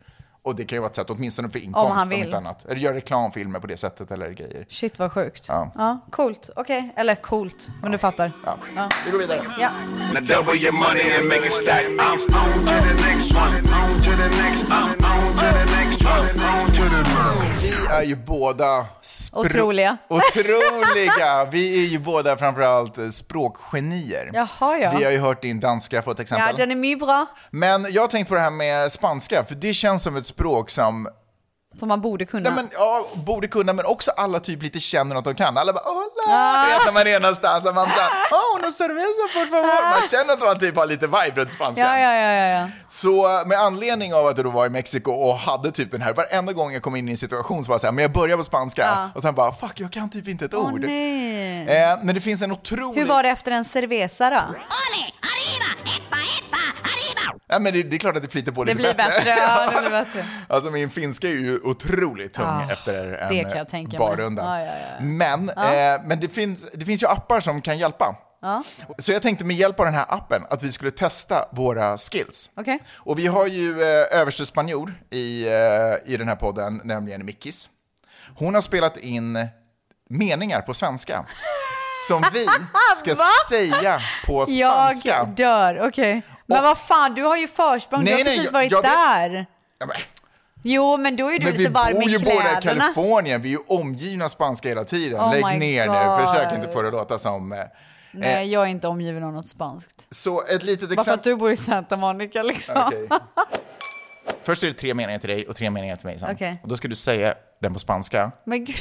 E: Och det kan ju vara ett sätt, åtminstone för inkomst
D: han vill.
E: inte annat. Eller göra reklamfilmer på det sättet eller grejer.
D: Shit vad sjukt.
E: Ja.
D: Ja, coolt. Okej, eller coolt. Men du fattar. Ja.
E: Vi går vidare.
D: Ja.
F: Now double your money and make it stack. I'm on to the next one. On to the next. I'm on to the next one. On to the next.
E: Vi är ju båda... spr-
D: Otroliga. (laughs)
E: Otroliga! Vi är ju båda framförallt eh, språkgenier.
D: Jaha ja.
E: Vi har ju hört din danska för ett exempel.
D: Ja, den är mycket bra.
E: Men jag har tänkt på det här med spanska, för det känns som ett språk som
D: Som man borde kunna.
E: Nej, men, ja, borde kunna, men också alla typ lite känner att de kan. Alla bara ”Hola!” du vet när man är någonstans och man bara ”Oh, una cerveza, por favor!” Man känner att man typ har lite vibe runt spanskan.
D: Ja, ja, ja, ja, ja.
E: Så eh, med anledning av att du då var i Mexiko och hade typ den här, varenda gång jag kom in i en situation så var jag så här, men jag börjar på spanska
D: Ja.
E: och sen bara fuck, jag kan typ inte ett
D: Åh,
E: ord.
D: nej.
E: Eh, men det finns en otrolig...
D: Hur var det efter en cerveza då?
E: Ja, men det, det är klart att det flyter på
D: Det
E: lite
D: blir bättre. Ja, det blir bättre.
E: (laughs) Alltså min finska är ju otroligt tung
D: Ah,
E: efter en
D: det kan jag tänka mig.
E: barrunda.
D: Ja, ja, ja,
E: Men,
D: Ja.
E: eh, men det, finns, det finns ju appar som kan hjälpa.
D: Ja.
E: Så jag tänkte med hjälp av den här appen att vi skulle testa våra skills.
D: Okej.
E: Och vi har ju eh, överste spanjor i, eh, i den här podden, nämligen Mickis. Hon har spelat in meningar på svenska som
D: (laughs)
E: vi ska
D: Va?
E: säga på spanska.
D: Jag dör, okej. Men vad fan, du har ju försprång, du
E: Nej,
D: har
E: nej,
D: precis
E: jag-
D: varit
E: jag vet-
D: där.
E: Ja, men-
D: Jo, men då är du
E: men vi
D: lite varm
E: bor ju
D: i
E: båda
D: kläderna.
E: i Kalifornien, vi är ju omgivna av spanska hela tiden.
D: Oh my
E: Lägg ner nu,
D: God.
E: försök inte få det att låta som... eh,
D: Nej,
E: eh,
D: jag är inte omgiven av något spanskt.
E: Så ett litet
D: Bara för att
E: exempel.
D: du bor i Santa Monica liksom. (laughs)
E: Okej. Först är det tre meningar till dig och tre meningar till mig sen.
D: Okej.
E: Och då ska du säga den på spanska.
D: Men gud.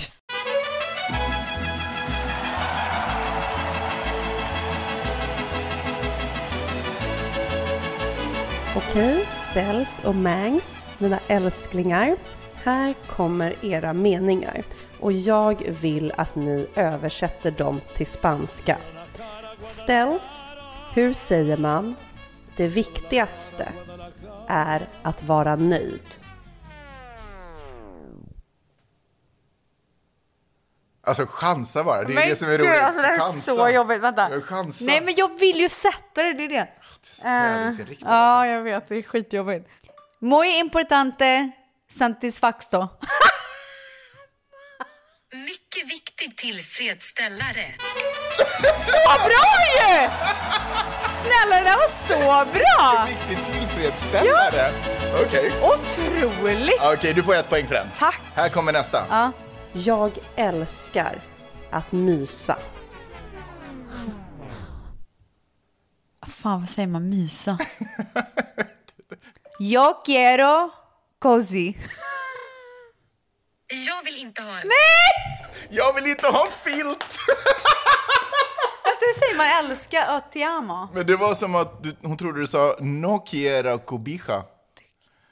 K: Okej, ställs och Mangs, mina älsklingar. Här kommer era meningar och jag vill att ni översätter dem till spanska. Ställs, hur säger man? Det viktigaste är att vara nöjd.
E: Alltså chansa bara, det är
D: Men
E: det som är
D: gud,
E: roligt.
D: alltså, det här är
E: chansa.
D: så jobbigt. Vänta.
E: Chansa.
D: Nej, men jag vill ju sätta det, det är det.
E: tävlingsinriktat,
D: Eh, ja, jag vet, det är skitjobbigt. Muy importante satisfacto.
L: Mycket viktig tillfredsställare.
D: Så bra ju! Snälla, det där var så bra!
E: Riktigt tillfredsställare. Okej.
D: Otroligt!
E: Okej, du får ett poäng för den.
D: Tack.
E: Här kommer nästa.
K: Jag älskar att mysa.
D: Fan, vad säger man mysa? Jag quiero cozy.
L: Jag inte ha en.
D: Nej!
E: Jag vill inte ha en filt! (laughs)
D: Vänta, hur säger man älska och te amo?
E: Men det var som att du, hon trodde du sa no quiero cobija.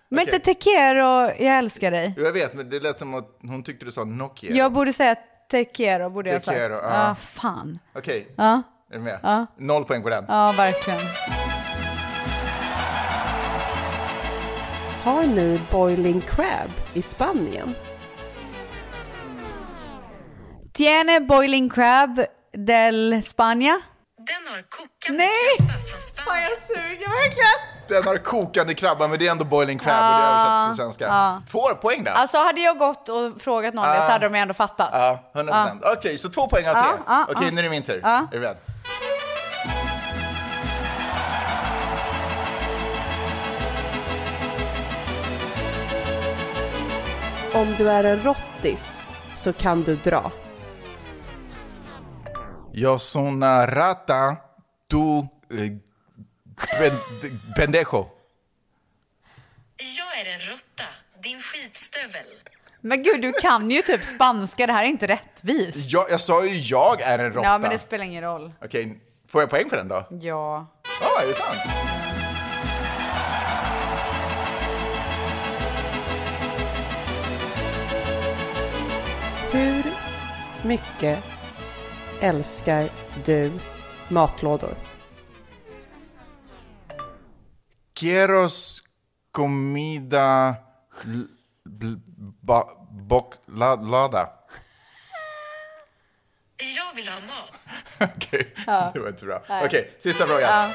D: Men
E: Okej.
D: inte te quiero, jag älskar dig.
E: Jag vet, men det lät som att hon tyckte du sa no quiero.
D: Jag borde säga te quiero, borde
E: Te
D: jag ha sagt.
E: quiero,
D: ja.
E: ja.
D: Ah, fan.
E: Okej,
D: Ja.
E: är du med?
D: Ja.
E: Noll poäng på den.
D: Ja, verkligen.
K: Har ni boiling crab i Spanien?
D: Tiene boiling crab del Spania.
L: Den har kokat
D: Nej!
L: från Spanien.
D: Fan, jag suger verkligen.
E: Den har kokande krabba, men det är ändå boiling crab och det
D: Ah,
E: översätts till svenska.
D: ah.
E: Två poäng där.
D: Alltså hade jag gått och frågat någon det så
E: Ah.
D: hade de ändå fattat.
E: Ja, 100%.
D: Ah.
E: Okej, så två poäng av tre.
D: Ja, ja,
E: Okej,
D: ja.
E: nu är det min tur.
D: Ja.
E: Är du beredd?
K: Om du är en rottis så kan du dra.
E: Yo soy una rata, tu eh, pen- pendejo.
L: Jag är en råtta, din skitstövel.
D: Men gud, du kan ju typ spanska, det här är inte rättvist.
E: Jag, jag sa ju jag är en råtta.
D: Ja, men det spelar ingen roll.
E: Okej, får jag poäng för den då?
D: Ja.
E: Ja, är det sant?
K: Hur mycket älskar du matlådor?
E: Quiero comida l- bl- ba- bock- la- lada.
L: Jag vill ha mat.
E: (laughs) Okej,
L: Ja.
E: det var inte bra.
L: Nej.
E: Okej, sista frågan.
L: Ja.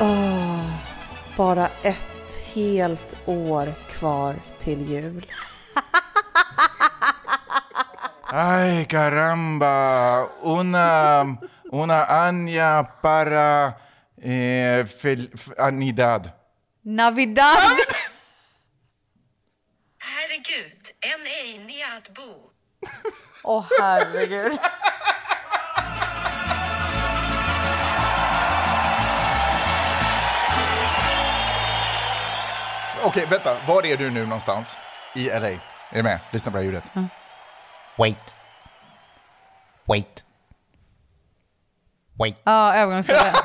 K: Åh, bara ett helt år kvar till jul.
E: Ay, caramba. Una, una aña para eh, fel, f- anidad. (laughs)
D: Navidad.
L: Herregud, en ej ni att bo.
D: Åh herregud.
E: Okej, vänta. Var är du nu någonstans? I LA. Är du med? Lyssna på det här ljudet. Wait. Wait. Wait.
D: Ja, övergångsställe. (laughs)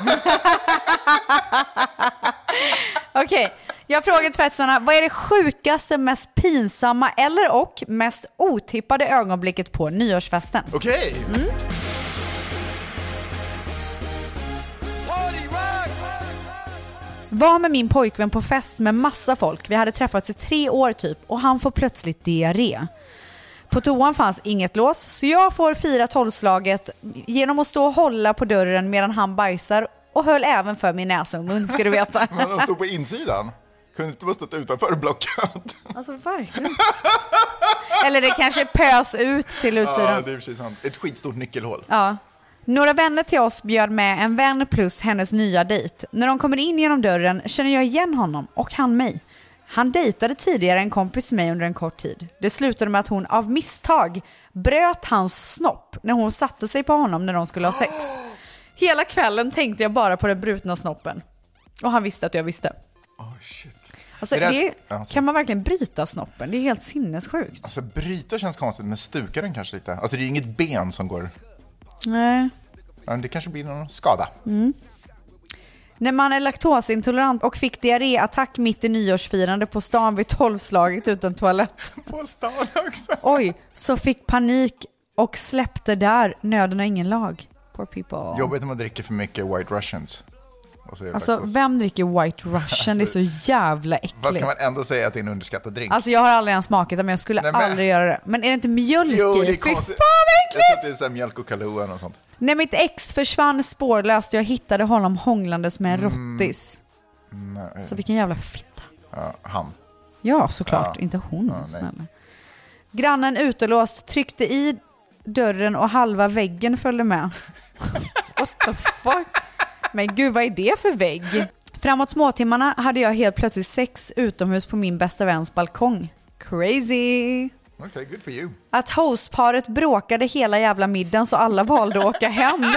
D: Okej, jag frågar tvättisarna, vad är det sjukaste, mest pinsamma eller och mest otippade ögonblicket på nyårsfesten?
E: Okej!
D: Mm. Var med min pojkvän på fest med massa folk. Vi hade träffats i tre år typ och han får plötsligt diarré. På toan fanns inget lås så jag får fira tolvslaget genom att stå och hålla på dörren medan han bajsar och höll även för min näsa och mun ska du veta.
E: Men de stod på insidan. Kunde inte bara stått utanför och blockat.
D: Alltså verkligen. (laughs) Eller det kanske pös ut till
E: Ja,
D: utsidan.
E: det är i och för sig sant. Ett skitstort nyckelhål.
D: Ja. Några vänner till oss bjöd med en vän plus hennes nya dejt. När de kommer in genom dörren känner jag igen honom och han mig. Han dejtade tidigare en kompis med mig under en kort tid. Det slutade med att hon av misstag bröt hans snopp när hon satte sig på honom när de skulle ha sex. Hela kvällen tänkte jag bara på den brutna snoppen. Och han visste att jag visste. Alltså,
E: Oh, Är det
D: det
E: att- ja, sorry.
D: kan man verkligen bryta snoppen? Det är helt sinnessjukt.
E: Alltså bryta känns konstigt, men stuka den kanske lite. Alltså det är ju inget ben som går.
D: Nej.
E: Ja, men Det kanske blir någon skada.
D: Mm. När man är laktosintolerant och fick diarréattack mitt i nyårsfirande på stan vid tolvslaget utan toalett.
E: På stan också.
D: Oj, så fick panik och släppte där. Nöden har ingen lag. Poor people.
E: Jobbigt när man dricker för mycket White Russians. Och så är det
D: Alltså
E: laktos.
D: vem dricker White Russian? Det är så jävla
E: Fast kan
D: äckligt.
E: Alltså, man ändå säga att det är en underskattad drink?
D: Alltså jag har aldrig ens smakat det men jag skulle
E: men-
D: aldrig göra det. Men är det inte mjölk
E: Jo, det är
D: i? Fy fan
E: konstigt.
D: vad
E: jag tror att det är så här mjölk och Kahlua eller något sånt.
D: När mitt ex försvann spårlöst och jag hittade honom hånglandes med en
E: Mm.
D: rottis.
E: Nej.
D: Så vilken jävla fitta.
E: Ja, han.
D: Ja, såklart.
E: Ja.
D: Inte hon,
E: Ja, nej.
D: snälla. Grannen utelåst tryckte i dörren och halva väggen följde med. (laughs) What the fuck? Men gud, vad är det för vägg? Framåt småtimmarna hade jag helt plötsligt sex utomhus på min bästa väns balkong. Crazy!
E: Okej, good for you.
D: Att hostparet bråkade hela jävla middagen så alla valde att åka hem. Nej,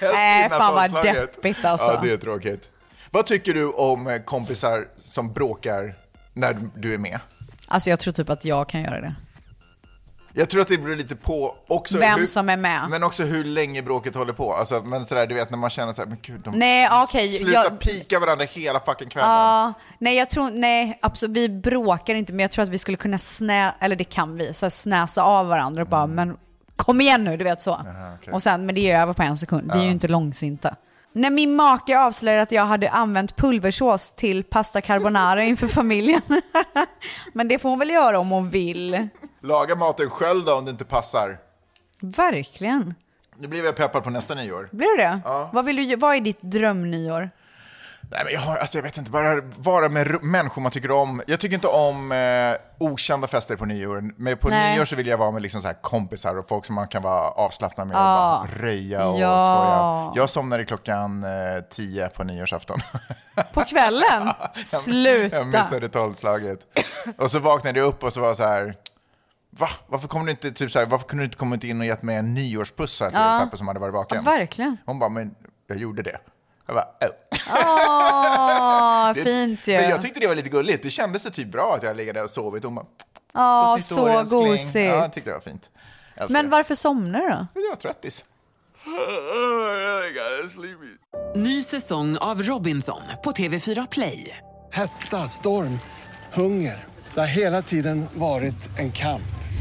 E: Innan
D: Äh, fan vad
E: avslaget.
D: deppigt alltså.
E: Ja, det är tråkigt. Vad tycker du om eh, kompisar som bråkar när du är med?
D: Alltså jag tror typ att jag kan göra det.
E: Jag tror att det beror lite på också
D: Vem
E: hur,
D: som är med.
E: Men också hur länge bråket håller på. Alltså, men sådär, du vet när man känner såhär, men gud, de
D: Nej, okej,
E: slutar
D: jag-
E: pika varandra hela fucking kvällen.
D: Ja, nej jag tror, nej absolut, vi bråkar inte men jag tror att vi skulle kunna snä, eller det kan vi, så här, snäsa av varandra och bara men kom igen nu, du vet så.
E: Mm. okej.
D: Och sen, men det är över på en sekund, vi är
E: Ja.
D: ju inte långsinta. När min make avslöjade att jag hade använt pulversås till pasta carbonara inför familjen. (laughs) men det får hon väl göra om hon vill.
E: Laga maten själv då om det inte passar.
D: Verkligen.
E: Nu blev jag peppad på nästa nyår.
D: Blir det det? Vad, vill du, ju- vad är ditt drömnyår?
E: Nej, men jag, har, alltså, jag vet inte, bara vara med r- människor man tycker om. Jag tycker inte om eh, okända fester på nyår. Men på
D: Nej.
E: nyår så vill jag vara med liksom, så här, kompisar och folk som man kan vara avslappnad med och
D: Ja.
E: bara röja och
D: Ja.
E: skoja. Jag somnade klockan eh, 10 på nyårsafton. (laughs)
D: På kvällen? Sluta!
E: jag missade tolvslaget. Och så vaknade jag upp och så var jag så här, va? Varför, kom du inte, typ, så här, varför kunde du inte kommit in och gett mig en nyårspuss så här, till
D: Ja.
E: Peppe som hade varit vaken?
D: Ja, verkligen.
E: Hon bara, men jag gjorde det. Jag bara, oh.
D: Åh,
E: Det-
D: fint ju.
E: Men jag tyckte det var lite gulligt. Det kändes det typ bra att jag ligger där och sovit. Hon bara,
D: Ja,
E: "Gott nytt år,
D: så
E: älskling."
D: gosigt.
E: Ja, jag tyckte det var fint. Älskar
D: Men
E: det.
D: varför somnar du då?
E: Jag var tröttis.
A: Ny säsong av Robinson på TV4 Play.
B: Hetta, storm, hunger. Det har hela tiden varit en kamp.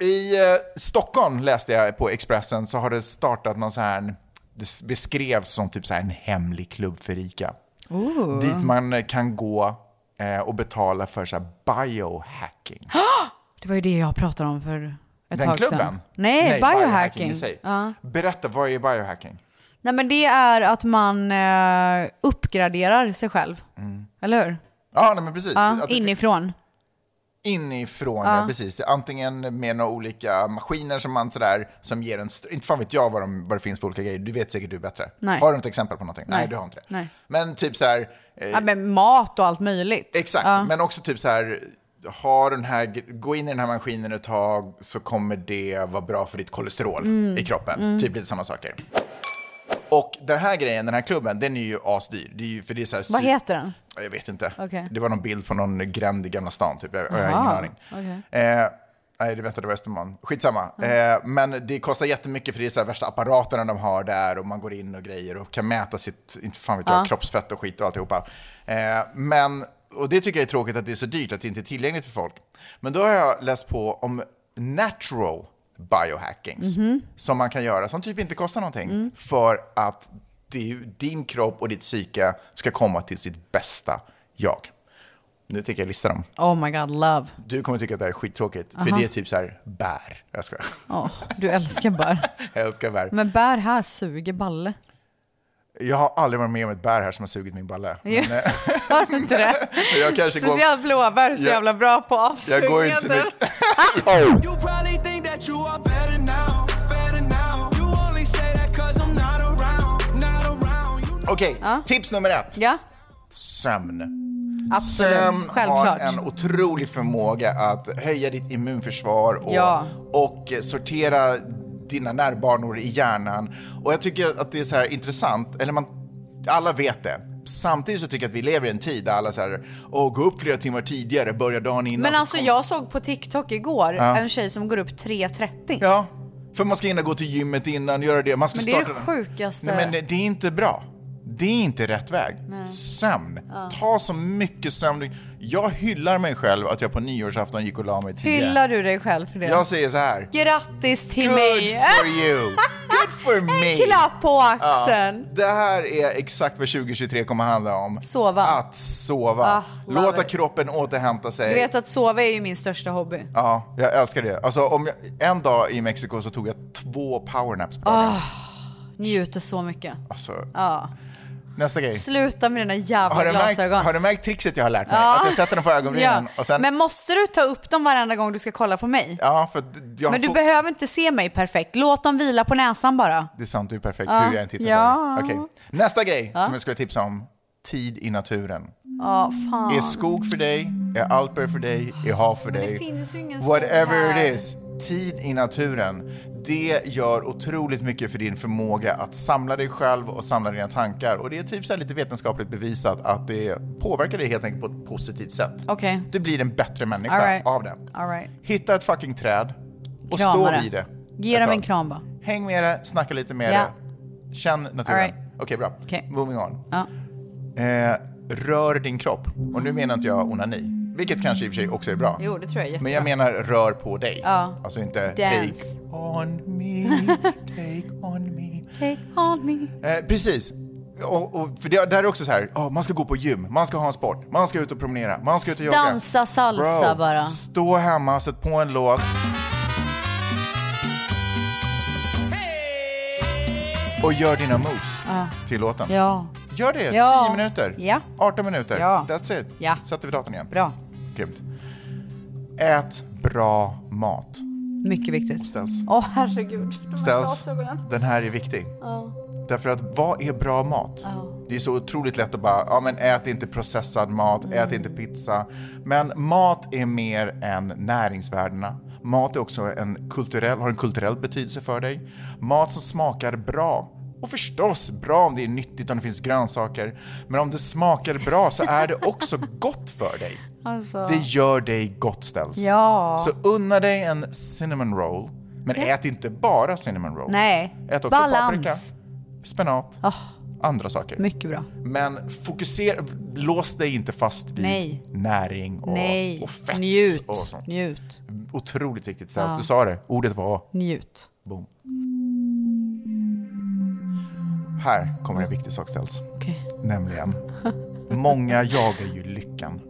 E: I eh, Stockholm läste jag på Expressen så har det startat någon så här, det s- beskrevs som typ så här en hemlig klubb för rika.
D: Ooh.
E: Dit man eh, kan gå eh, och betala för så här biohacking.
D: Det var ju det jag pratade om för ett
E: Den
D: tag
E: klubben?
D: sedan. Nej, biohacking.
E: i sig.
D: Ja.
E: Berätta, vad är biohacking?
D: Nej men det är att man eh, uppgraderar sig själv. Eller hur?
E: Ja, nej, men precis.
D: Ja,
E: Mm. Att Eh. du-
D: inifrån.
E: Inifrån,
D: Ja.
E: ja. precis. Antingen med några olika maskiner som man sådär, som ger en... st- Inte fan vet jag vad, de, vad det finns för olika grejer. Du vet säkert du bättre.
D: Nej.
E: Har du något exempel på någonting? Nej, du har inte det.
D: Nej.
E: Men typ så här... eh,
D: Ja, men mat och allt möjligt.
E: Exakt, men också typ så här... Ha den här, gå in i den här maskinen ett tag så kommer det vara bra för ditt kolesterol
F: Mm.
E: i kroppen.
F: Mm.
E: Typ lite samma saker. Och den här grejen, den här klubben, den är ju asdyr. Det är ju, för det är så här,
D: Vad
E: sy-
D: heter den?
E: Jag vet inte.
D: Okej.
E: Det var någon bild på någon gränd i Gamla stan typ. Jag, jag har ingen
D: Jaha,
E: aning.
D: okej.
E: Eh, nej, det, vänta, det var Östermalm. Skitsamma. Eh, men det kostar jättemycket för det är så här värsta apparaterna de har där och man går in och grejer och kan mäta sitt, inte fan vet jag,
F: Ja.
E: kroppsfett och skit och alltihopa. Eh, men, och det tycker jag är tråkigt att det är så dyrt, att det inte är tillgängligt för folk. Men då har jag läst på om natural biohackings
F: Mhm.
E: som man kan göra, som typ inte kostar någonting, för att du, din kropp och ditt psyke ska komma till sitt bästa jag. Nu tänker jag lista dem.
D: Oh my god, love.
E: Du kommer tycka att det här är skittråkigt, för
D: Aha.
E: det är typ så här bär. Jag skojar.
D: Åh, du älskar bär. (laughs)
E: (laughs) Jag älskar bär.
D: Men bär här suger balle.
E: Jag har aldrig varit med om ett bär här som har sugit min balle.
D: Ja.
E: Men,
D: (laughs)
E: eh,
D: Varför inte det?
E: (laughs) jag kanske går...
D: Speciellt blåbär är så
E: Jag-
D: jävla bra på
E: jag
D: avsugningen.
E: går inte så mycket-
D: (laughs)
M: You probably think that you are better now, better now. You only say that cause I'm not around, not around.
E: Okej, tips nummer ett.
D: Ja.
E: Sömn.
D: Absolut,
E: Sömn
D: självklart.
E: har en otrolig förmåga att höja ditt immunförsvar och,
D: Ja.
E: och sortera dina nervbanor i hjärnan. Och jag tycker att det är så här intressant, eller man, alla vet det. Samtidigt så tycker jag att vi lever i en tid där alla så här, åh, gå upp flera timmar tidigare, börja dagen innan.
D: Men
E: så
D: alltså
E: kom-
D: jag såg på TikTok igår
E: Ja.
D: en tjej som går upp 3.30.
E: Ja, för man ska hinna gå till gymmet innan, göra det. Man ska
D: Men det är det
E: starta den.
D: sjukaste.
E: Nej, men det är inte bra. Det är inte rätt väg.
F: Nej.
E: Sömn.
D: Ja.
E: Ta så mycket sömn du- Jag hyllar mig själv att jag på nyårsafton gick och la mig tidigare.
D: Hyllar du dig själv för det?
E: Jag säger så här.
D: Grattis till
E: Good
D: mig!
E: for you! Good for
D: (laughs)
E: me!
D: Klapp på axeln!
E: Ja, det här är exakt vad 2023 kommer handla om.
D: Sova.
E: Att sova.
D: Ah, love
E: Låta
D: it.
E: kroppen återhämta sig.
D: Du vet att sova är ju min största hobby.
E: Ja, jag älskar det. Alltså, om jag, en dag i Mexiko så tog jag två powernaps på dagen.
D: Ah, njuter så mycket.
E: Alltså,
D: Ja.
E: nästa grej.
D: Sluta med dina jävla
E: Har du, märkt,
D: glasögon.
E: har du märkt trixet jag har lärt mig?
D: Ja.
E: Att jag sätter den på ögonbrynen
D: Ja.
E: och sen...
D: Men måste du ta upp dem varenda gång du ska kolla på mig?
E: ja, för d- jag
D: Men du
E: får-
D: behöver inte se mig perfekt. Låt dem vila på näsan bara.
E: Det är sant, du är perfekt
D: Ja.
E: hur jag än tittar
D: Ja.
E: på dig. Okej. Nästa grej
D: Ja.
E: som jag skulle tipsa om. Tid i naturen.
D: Ja, fan.
E: Är skog för dig? Är alper för dig? Är hav för dig?
D: finns ju ingen skog
E: Whatever
D: här.
E: it is. Tid i naturen. Det gör otroligt mycket för din förmåga att samla dig själv och samla dina tankar. Och det är typ så här lite vetenskapligt bevisat att det påverkar dig helt enkelt på ett positivt sätt.
D: Okej.
E: Du blir en bättre människa
D: All right.
E: av det.
D: All right.
E: Hitta ett fucking träd och
D: Krama
E: stå
D: det.
E: vid det.
D: Ge
E: ett
D: dem
E: tag.
D: en kram bara.
E: Häng med det, snacka lite med
D: Ja.
E: det. Känn naturen.
D: All right.
E: Okej, bra.
D: Okej.
E: Moving on.
D: Ja.
E: Eh, rör din kropp. Och nu menar inte jag onani, vilket kanske i och för sig också är bra.
D: Jo, det tror jag är jättebra.
E: Men jag menar rör på dig.
D: Ja.
E: Alltså inte take.
D: Dance.
E: On me, (laughs) take on me.
D: Take on me.
E: Eh, precis. Och, och, för det, där är också så här, ja, man ska gå på gym, man ska ha en sport, man ska ut och promenera, man ska ut och jogga.
D: Dansa salsa
E: Bro,
D: bara.
E: Stå hemma, sätt på en låt. Och gör dina moves
D: Ja.
E: till låten.
D: Ja.
E: Gör det, 10
D: Ja.
E: minuter.
D: Ja.
E: 18 minuter.
D: Ja.
E: That's it.
D: Ja.
E: Sätter vi datorn igen.
D: Bra.
E: Grymt. Ät bra mat.
D: Mycket viktigt.
E: Ställs.
D: Åh herregud. De här
E: Ställs.
D: glasögonen.
E: Den här är viktig.
D: Ja.
E: Därför att vad är bra mat?
D: Ja.
E: Det är så otroligt lätt att bara, ja men ät inte processad mat,
D: Mm.
E: ät inte pizza. Men mat är mer än näringsvärdena. Mat är också en kulturell, har en kulturell betydelse för dig. Mat som smakar bra. Och förstås bra om det är nyttigt, om det finns grönsaker. Men om det smakar bra så är det
D: (laughs)
E: också gott för dig.
D: Alltså.
E: Det gör dig gott ställs.
D: Ja.
E: Så unna dig en cinnamon roll. Men ät inte bara cinnamon roll.
D: Nej.
E: Ät också paprika,
D: Balans. Ah.
E: spenat, andra saker.
D: Mycket bra.
E: Men fokusera, lås dig inte fast vid
D: Nej.
E: näring och,
D: Nej.
E: och fett
D: Njut.
E: och sånt.
D: Njut.
E: Otroligt viktigt ställs.
D: Ja.
E: Du sa det, ordet var
D: Njut.
E: boom. Här kommer en viktig sak ställs.
D: Okej. (laughs)
E: Nämligen, många jagar ju lyckan.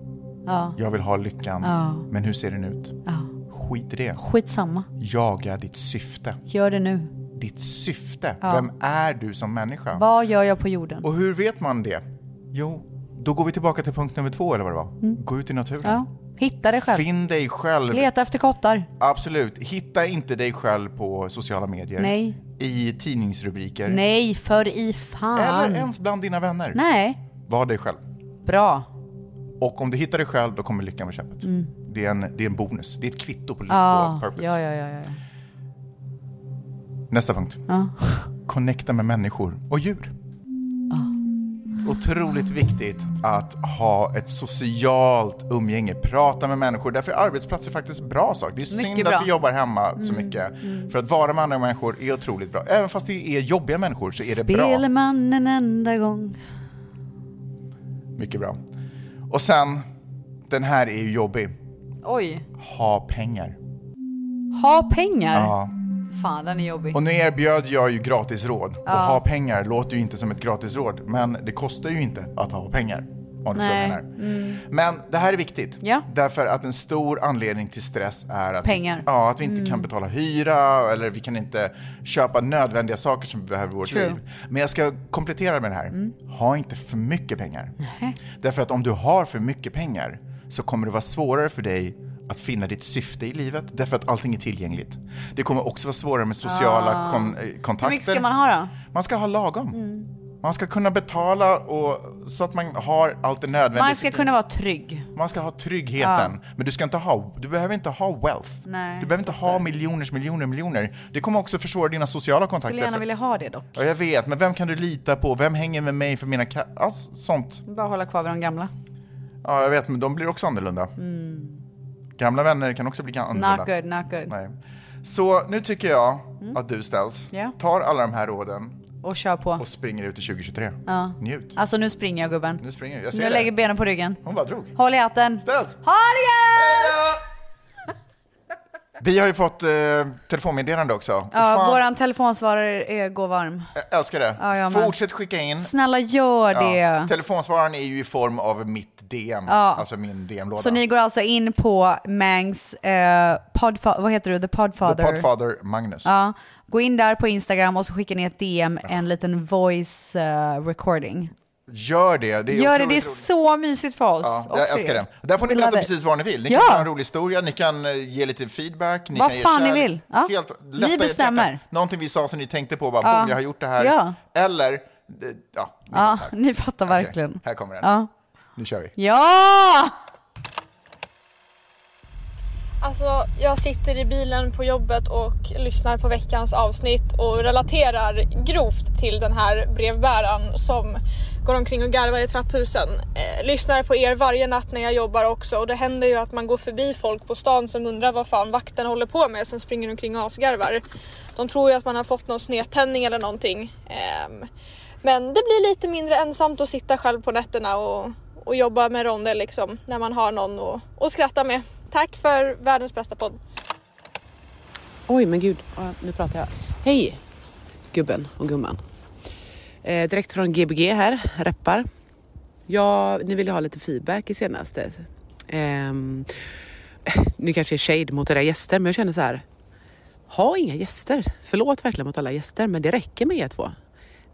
D: Ja.
E: Jag vill ha lyckan,
D: Ja.
E: men hur ser den ut?
D: Ja.
E: Skit i det.
D: Skitsamma.
E: Jaga ditt syfte.
D: Gör det nu.
E: Ditt syfte.
D: Ja.
E: Vem är du som människa?
D: Vad gör jag på jorden?
E: Och hur vet man det? Jo, då går vi tillbaka till punkt nummer två eller vad det var. Gå ut i naturen.
D: Mm. Ja. Hitta dig själv.
E: Finn dig själv.
D: Leta efter kottar.
E: Absolut. Hitta inte dig själv på sociala medier.
D: Nej.
E: I tidningsrubriker.
D: Nej, för i fan.
E: Eller ens bland dina vänner.
D: Nej.
E: Var dig själv.
D: Bra.
E: Och om du hittar dig själv, då kommer lyckan med köpet.
D: Mm.
E: Det, är en, det är en bonus. Det är ett kvitto på,
D: Ja.
E: på purpose.
D: Ja, ja, ja, ja.
E: Nästa punkt.
D: Ja.
E: Connecta med människor och djur. Otroligt viktigt att ha ett socialt umgänge, prata med människor. Därför är arbetsplatser faktiskt bra sak. Det är synd
F: Mycket bra.
E: att vi jobbar hemma så
F: Mm,
E: mycket.
F: mm.
E: För att vara med andra människor är otroligt bra. Även fast det är jobbiga människor så är det bra.
D: Spelar man en enda gång.
E: Mycket bra. Och sen, den här är ju jobbig.
D: Oj.
E: Ha pengar.
D: Ha pengar.
E: Ja.
D: Fan, den är jobbig.
E: Och nu erbjöd jag ju gratisråd.
D: Ja.
E: Och ha pengar låter ju inte som ett gratisråd. Men det kostar ju inte att ha pengar. Om du förstår vad jag
D: Nej.
E: menar.
D: Mm.
E: Men det här är viktigt.
D: Ja.
E: Därför att en stor anledning till stress är att,
D: Pengar.
E: Ja, att vi inte
D: Mm.
E: kan betala hyra eller vi kan inte köpa nödvändiga saker som vi behöver i vårt
D: True. Mm.
E: liv. Men jag ska komplettera med det här. Ha inte för mycket pengar. Därför att om du har för mycket pengar så kommer det vara svårare för dig att finna ditt syfte i livet därför att allting är tillgängligt. Det kommer också vara svårare med sociala
D: Ah.
E: kon- eh,
D: Hur
E: kontakter.
D: mycket ska man ha Mm. då?
E: Man ska ha lagom. Man ska kunna betala och, så att man har allt det nödvändiga.
D: Man ska kunna vara trygg.
E: Man ska ha tryggheten, men du ska inte ha, du behöver inte ha wealth.
D: Nej.
E: Du behöver inte ha miljoners, miljoner, miljoner. Det kommer också försvåra dina sociala kontakter.
D: Skulle gärna
E: för-
D: vilja ha det dock.
E: Ja, jag vet, men vem kan du lita på? Vem hänger med mig för mina ka- alltså, sånt.
D: Bara hålla kvar vid de gamla.
E: Mm, Ja, jag vet, men de blir också annorlunda.
D: Mm.
E: Gamla vänner kan också bli annorlunda.
D: Not good, not good.
E: Nej. Så nu tycker jag att du ställs.
D: Ja.
E: Tar alla de här råden,
D: och kör på.
E: Och springer ut i 2023.
D: Ja.
E: Njut.
D: Alltså nu springer jag gubben.
E: Nu springer du. Jag ser
D: nu
E: det.
D: lägger benen på ryggen.
E: Hon bara drog.
D: Håll i hatten.
E: Ställt.
D: Håll i hatten!
E: Vi har ju fått eh, telefonmeddelande också. Och
D: Ja,
E: fan,
D: våran telefonsvarare är, går varm.
E: jag älskar det.
D: Ja, jag med.
E: Fortsätt skicka in.
D: Snälla gör det.
E: Ja, telefonsvararen är ju i form av mitt DM,
D: Ja.
E: alltså min DM-låda.
D: Så ni går alltså in på Mangs, eh, podfa- vad heter du, The Podfather?
E: The Podfather Magnus.
D: Ja, gå in där på Instagram och så skickar ni ett DM, en liten voice eh, recording.
E: Gör det. det
D: Gör det,
E: är otroligt
D: det är
E: roligt.
D: så mysigt för oss.
E: Ja,
D: och
E: jag
D: för er.
E: älskar det. Där får ni
D: We
E: berätta
D: love it.
E: precis vad ni vill. Ni
D: Ja.
E: kan ha en rolig historia, ni kan eh, ge lite feedback, ni
D: Vad
E: kan ge
D: fan ni
E: kärlek.
D: vill. Ja.
E: Helt
D: Vi
E: lätta er
D: bestämmer.
E: hjärtan. Någonting vi sa som ni tänkte på, bara
D: Ja.
E: boom, jag har gjort det här.
D: Ja.
E: Eller, eh, ja, ni
D: Ja,
E: fattar.
D: (laughs) ni fattar verkligen.
E: Här kommer den.
D: Ja.
E: Nu kör vi.
D: ja!
N: Alltså, jag sitter i bilen på jobbet och lyssnar på veckans avsnitt och relaterar grovt till den här brevbäraren som går omkring och garvar i trapphusen. Eh, lyssnar på er varje natt när jag jobbar också och det händer ju att man går förbi folk på stan som undrar vad fan vakten håller på med som springer omkring och asgarvar. De tror ju att man har fått någon snedtändning eller någonting. Ehm, men det blir lite mindre ensamt att sitta själv på nätterna och, och jobba med ronder liksom när man har någon att, att skratta med. Tack för världens bästa podd.
O: Oj, men gud. Ja, Nu pratar jag. Hej, gubben och gumman. Eh, direkt från Gbg här, reppar. Ja, ni ville ha lite feedback i senaste. Ehm, nu kanske är shade mot era gäster, men jag känner så här. Ha inga gäster. Förlåt verkligen mot alla gäster, men det räcker med er två.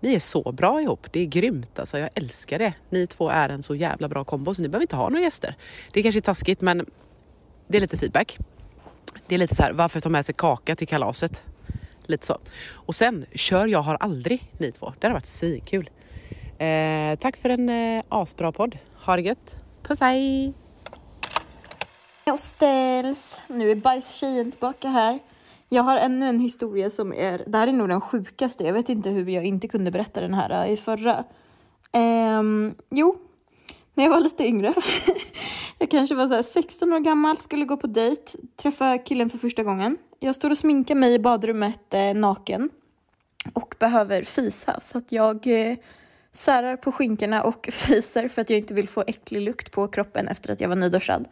O: Ni är så bra ihop. Det är grymt alltså. Jag älskar det. Ni två är en så jävla bra kombo så ni behöver inte ha några gäster. Det är kanske är taskigt, men det är lite feedback. Det är lite så här, varför ta med sig kaka till kalaset? Lite så. Och sen, kör jag har aldrig ni två. Det har varit svinkul. Eh, tack för en eh, asbra podd. Ha det gött. Puss hej!
P: Och ställs. Nu är bajstjejen tillbaka här. Jag har ännu en historia som är, det här är nog den sjukaste. Jag vet inte hur jag inte kunde berätta den här eh, i förra. Ehm, jo, när jag var lite yngre. (laughs) jag kanske var så här 16 år gammal, skulle gå på dejt, träffa killen för första gången. Jag står och sminkar mig i badrummet eh, naken och behöver fisa så att jag eh, särar på skinkorna och (laughs) fiser för att jag inte vill få äcklig lukt på kroppen efter att jag var nyduschad.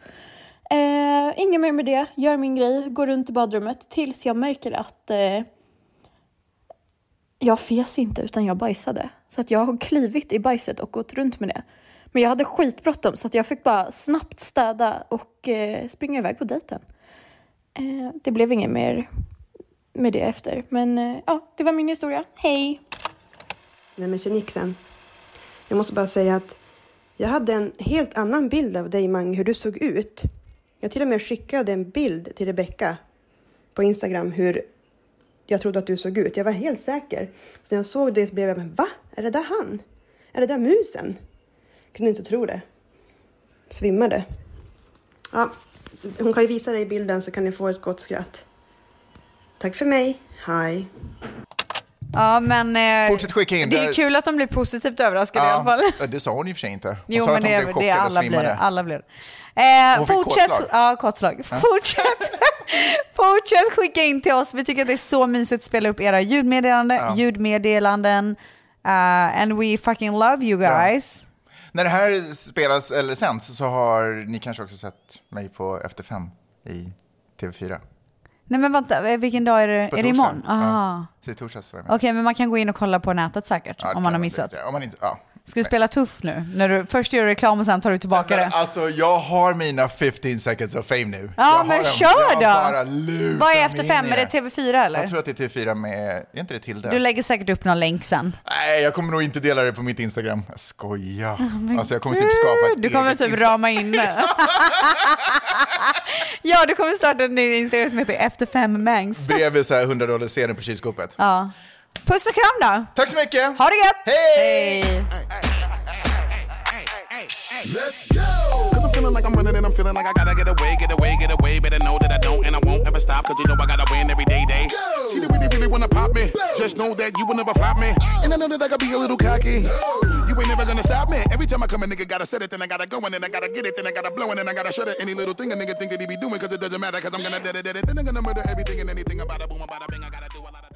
P: Eh, inget mer med det. Gör min grej, går runt i badrummet tills jag märker att eh, jag fes inte utan jag bajsade. Så att jag har klivit i bajset och gått runt med det. Men jag hade skitbråttom så att jag fick bara snabbt städa och eh, springa iväg på dejten. Eh, det blev inget mer med det efter. Men eh, ja, det var min historia. Hej!
Q: Nej men Tjenixen. Jag måste bara säga att jag hade en helt annan bild av dig Mang, hur du såg ut. Jag till och med skickade en bild till Rebecka på Instagram hur jag trodde att du såg ut. Jag var helt säker. Så när jag såg dig så blev jag, men va? Är det där han? Är det där musen? Jag kunde inte tro det. Svimmade. Ja, hon kan ju visa dig bilden så kan ni få ett gott skratt. Tack för mig. Hej.
D: Ja, men eh,
E: Fortsätt skicka in.
D: det är kul att de blir positivt överraskade i alla fall.
E: Ja, det sa hon i och för sig inte. Hon
D: (laughs) Jo,
E: sa
D: men det
E: att hon blev
D: är det
E: chockad och
D: alla blir.
E: svimmade.
D: Alla blir. Eh,
E: Hon fick
D: fortsätt,
E: kortslag.
D: ja, kortslag.
E: Ja.
D: Fortsätt, (laughs) fortsätt skicka in till oss. Vi tycker att det är så mysigt att spela upp era ljudmeddelande,
E: Ja.
D: ljudmeddelanden. eh, and we fucking love you guys.
E: När det här spelas eller sänds så har ni kanske också sett mig på Efter fem i TV4.
D: Nej men vänta, eh, vilken dag är det?
E: På
D: är det
E: torsdag.
D: imorgon? Aha.
E: Ja, så i torsdags var jag med.
D: Okej, men man kan gå in och kolla på nätet säkert
E: Ja, det
D: om
E: kan
D: man har
E: jag
D: missat.
E: säkert göra. Om man inte, ja.
D: Ska du spela tuff nu? När du först gör reklam och sen tar du tillbaka det?
E: Alltså jag har mina 15 seconds of fame nu.
D: Ja,
E: jag har
D: men
E: dem.
D: kör
E: jag
D: då!
E: Bara lutar
D: Vad är efter
E: mig
D: fem?
E: in i
D: Är det TV4 eller?
E: Jag tror att det är TV4 med, är inte det Tilde?
D: Du lägger säkert upp någon länk sen.
E: Nej, jag kommer nog inte dela det på mitt Instagram. Jag skojar.
D: Oh my
E: alltså jag kommer typ skapa ett
D: Du kommer
E: eget
D: typ rama in
E: (laughs)
D: det. ja, du kommer starta en ny Instagram som heter Efter fem Mangs.
E: Bredvid så här 100 dollar sedeln på kylskåpet.
D: Ja. Puss och kram då.
E: Tack så mycket.
D: Ha det gött. Hej.
R: Let's go. Cause I'm feeling like I'm running and I'm feeling like I gotta get away, get away, get away. Better know that I don't and I won't ever stop. Cause you know I gotta win every day, day. She didn't really, really wanna pop me. Just know that you will never flop me. And I know that I gotta be a little cocky. You ain't never gonna stop me. Every time I come a nigga gotta set it, then I gotta go and then I gotta get it, then I gotta blow and then I gotta shut it. Any little thing a nigga think that he be doing, cause it doesn't matter, cause I'm gonna da da da da. Then I'm gonna murder everything and anything about it. Boom, about it, bing, I gotta do a lot of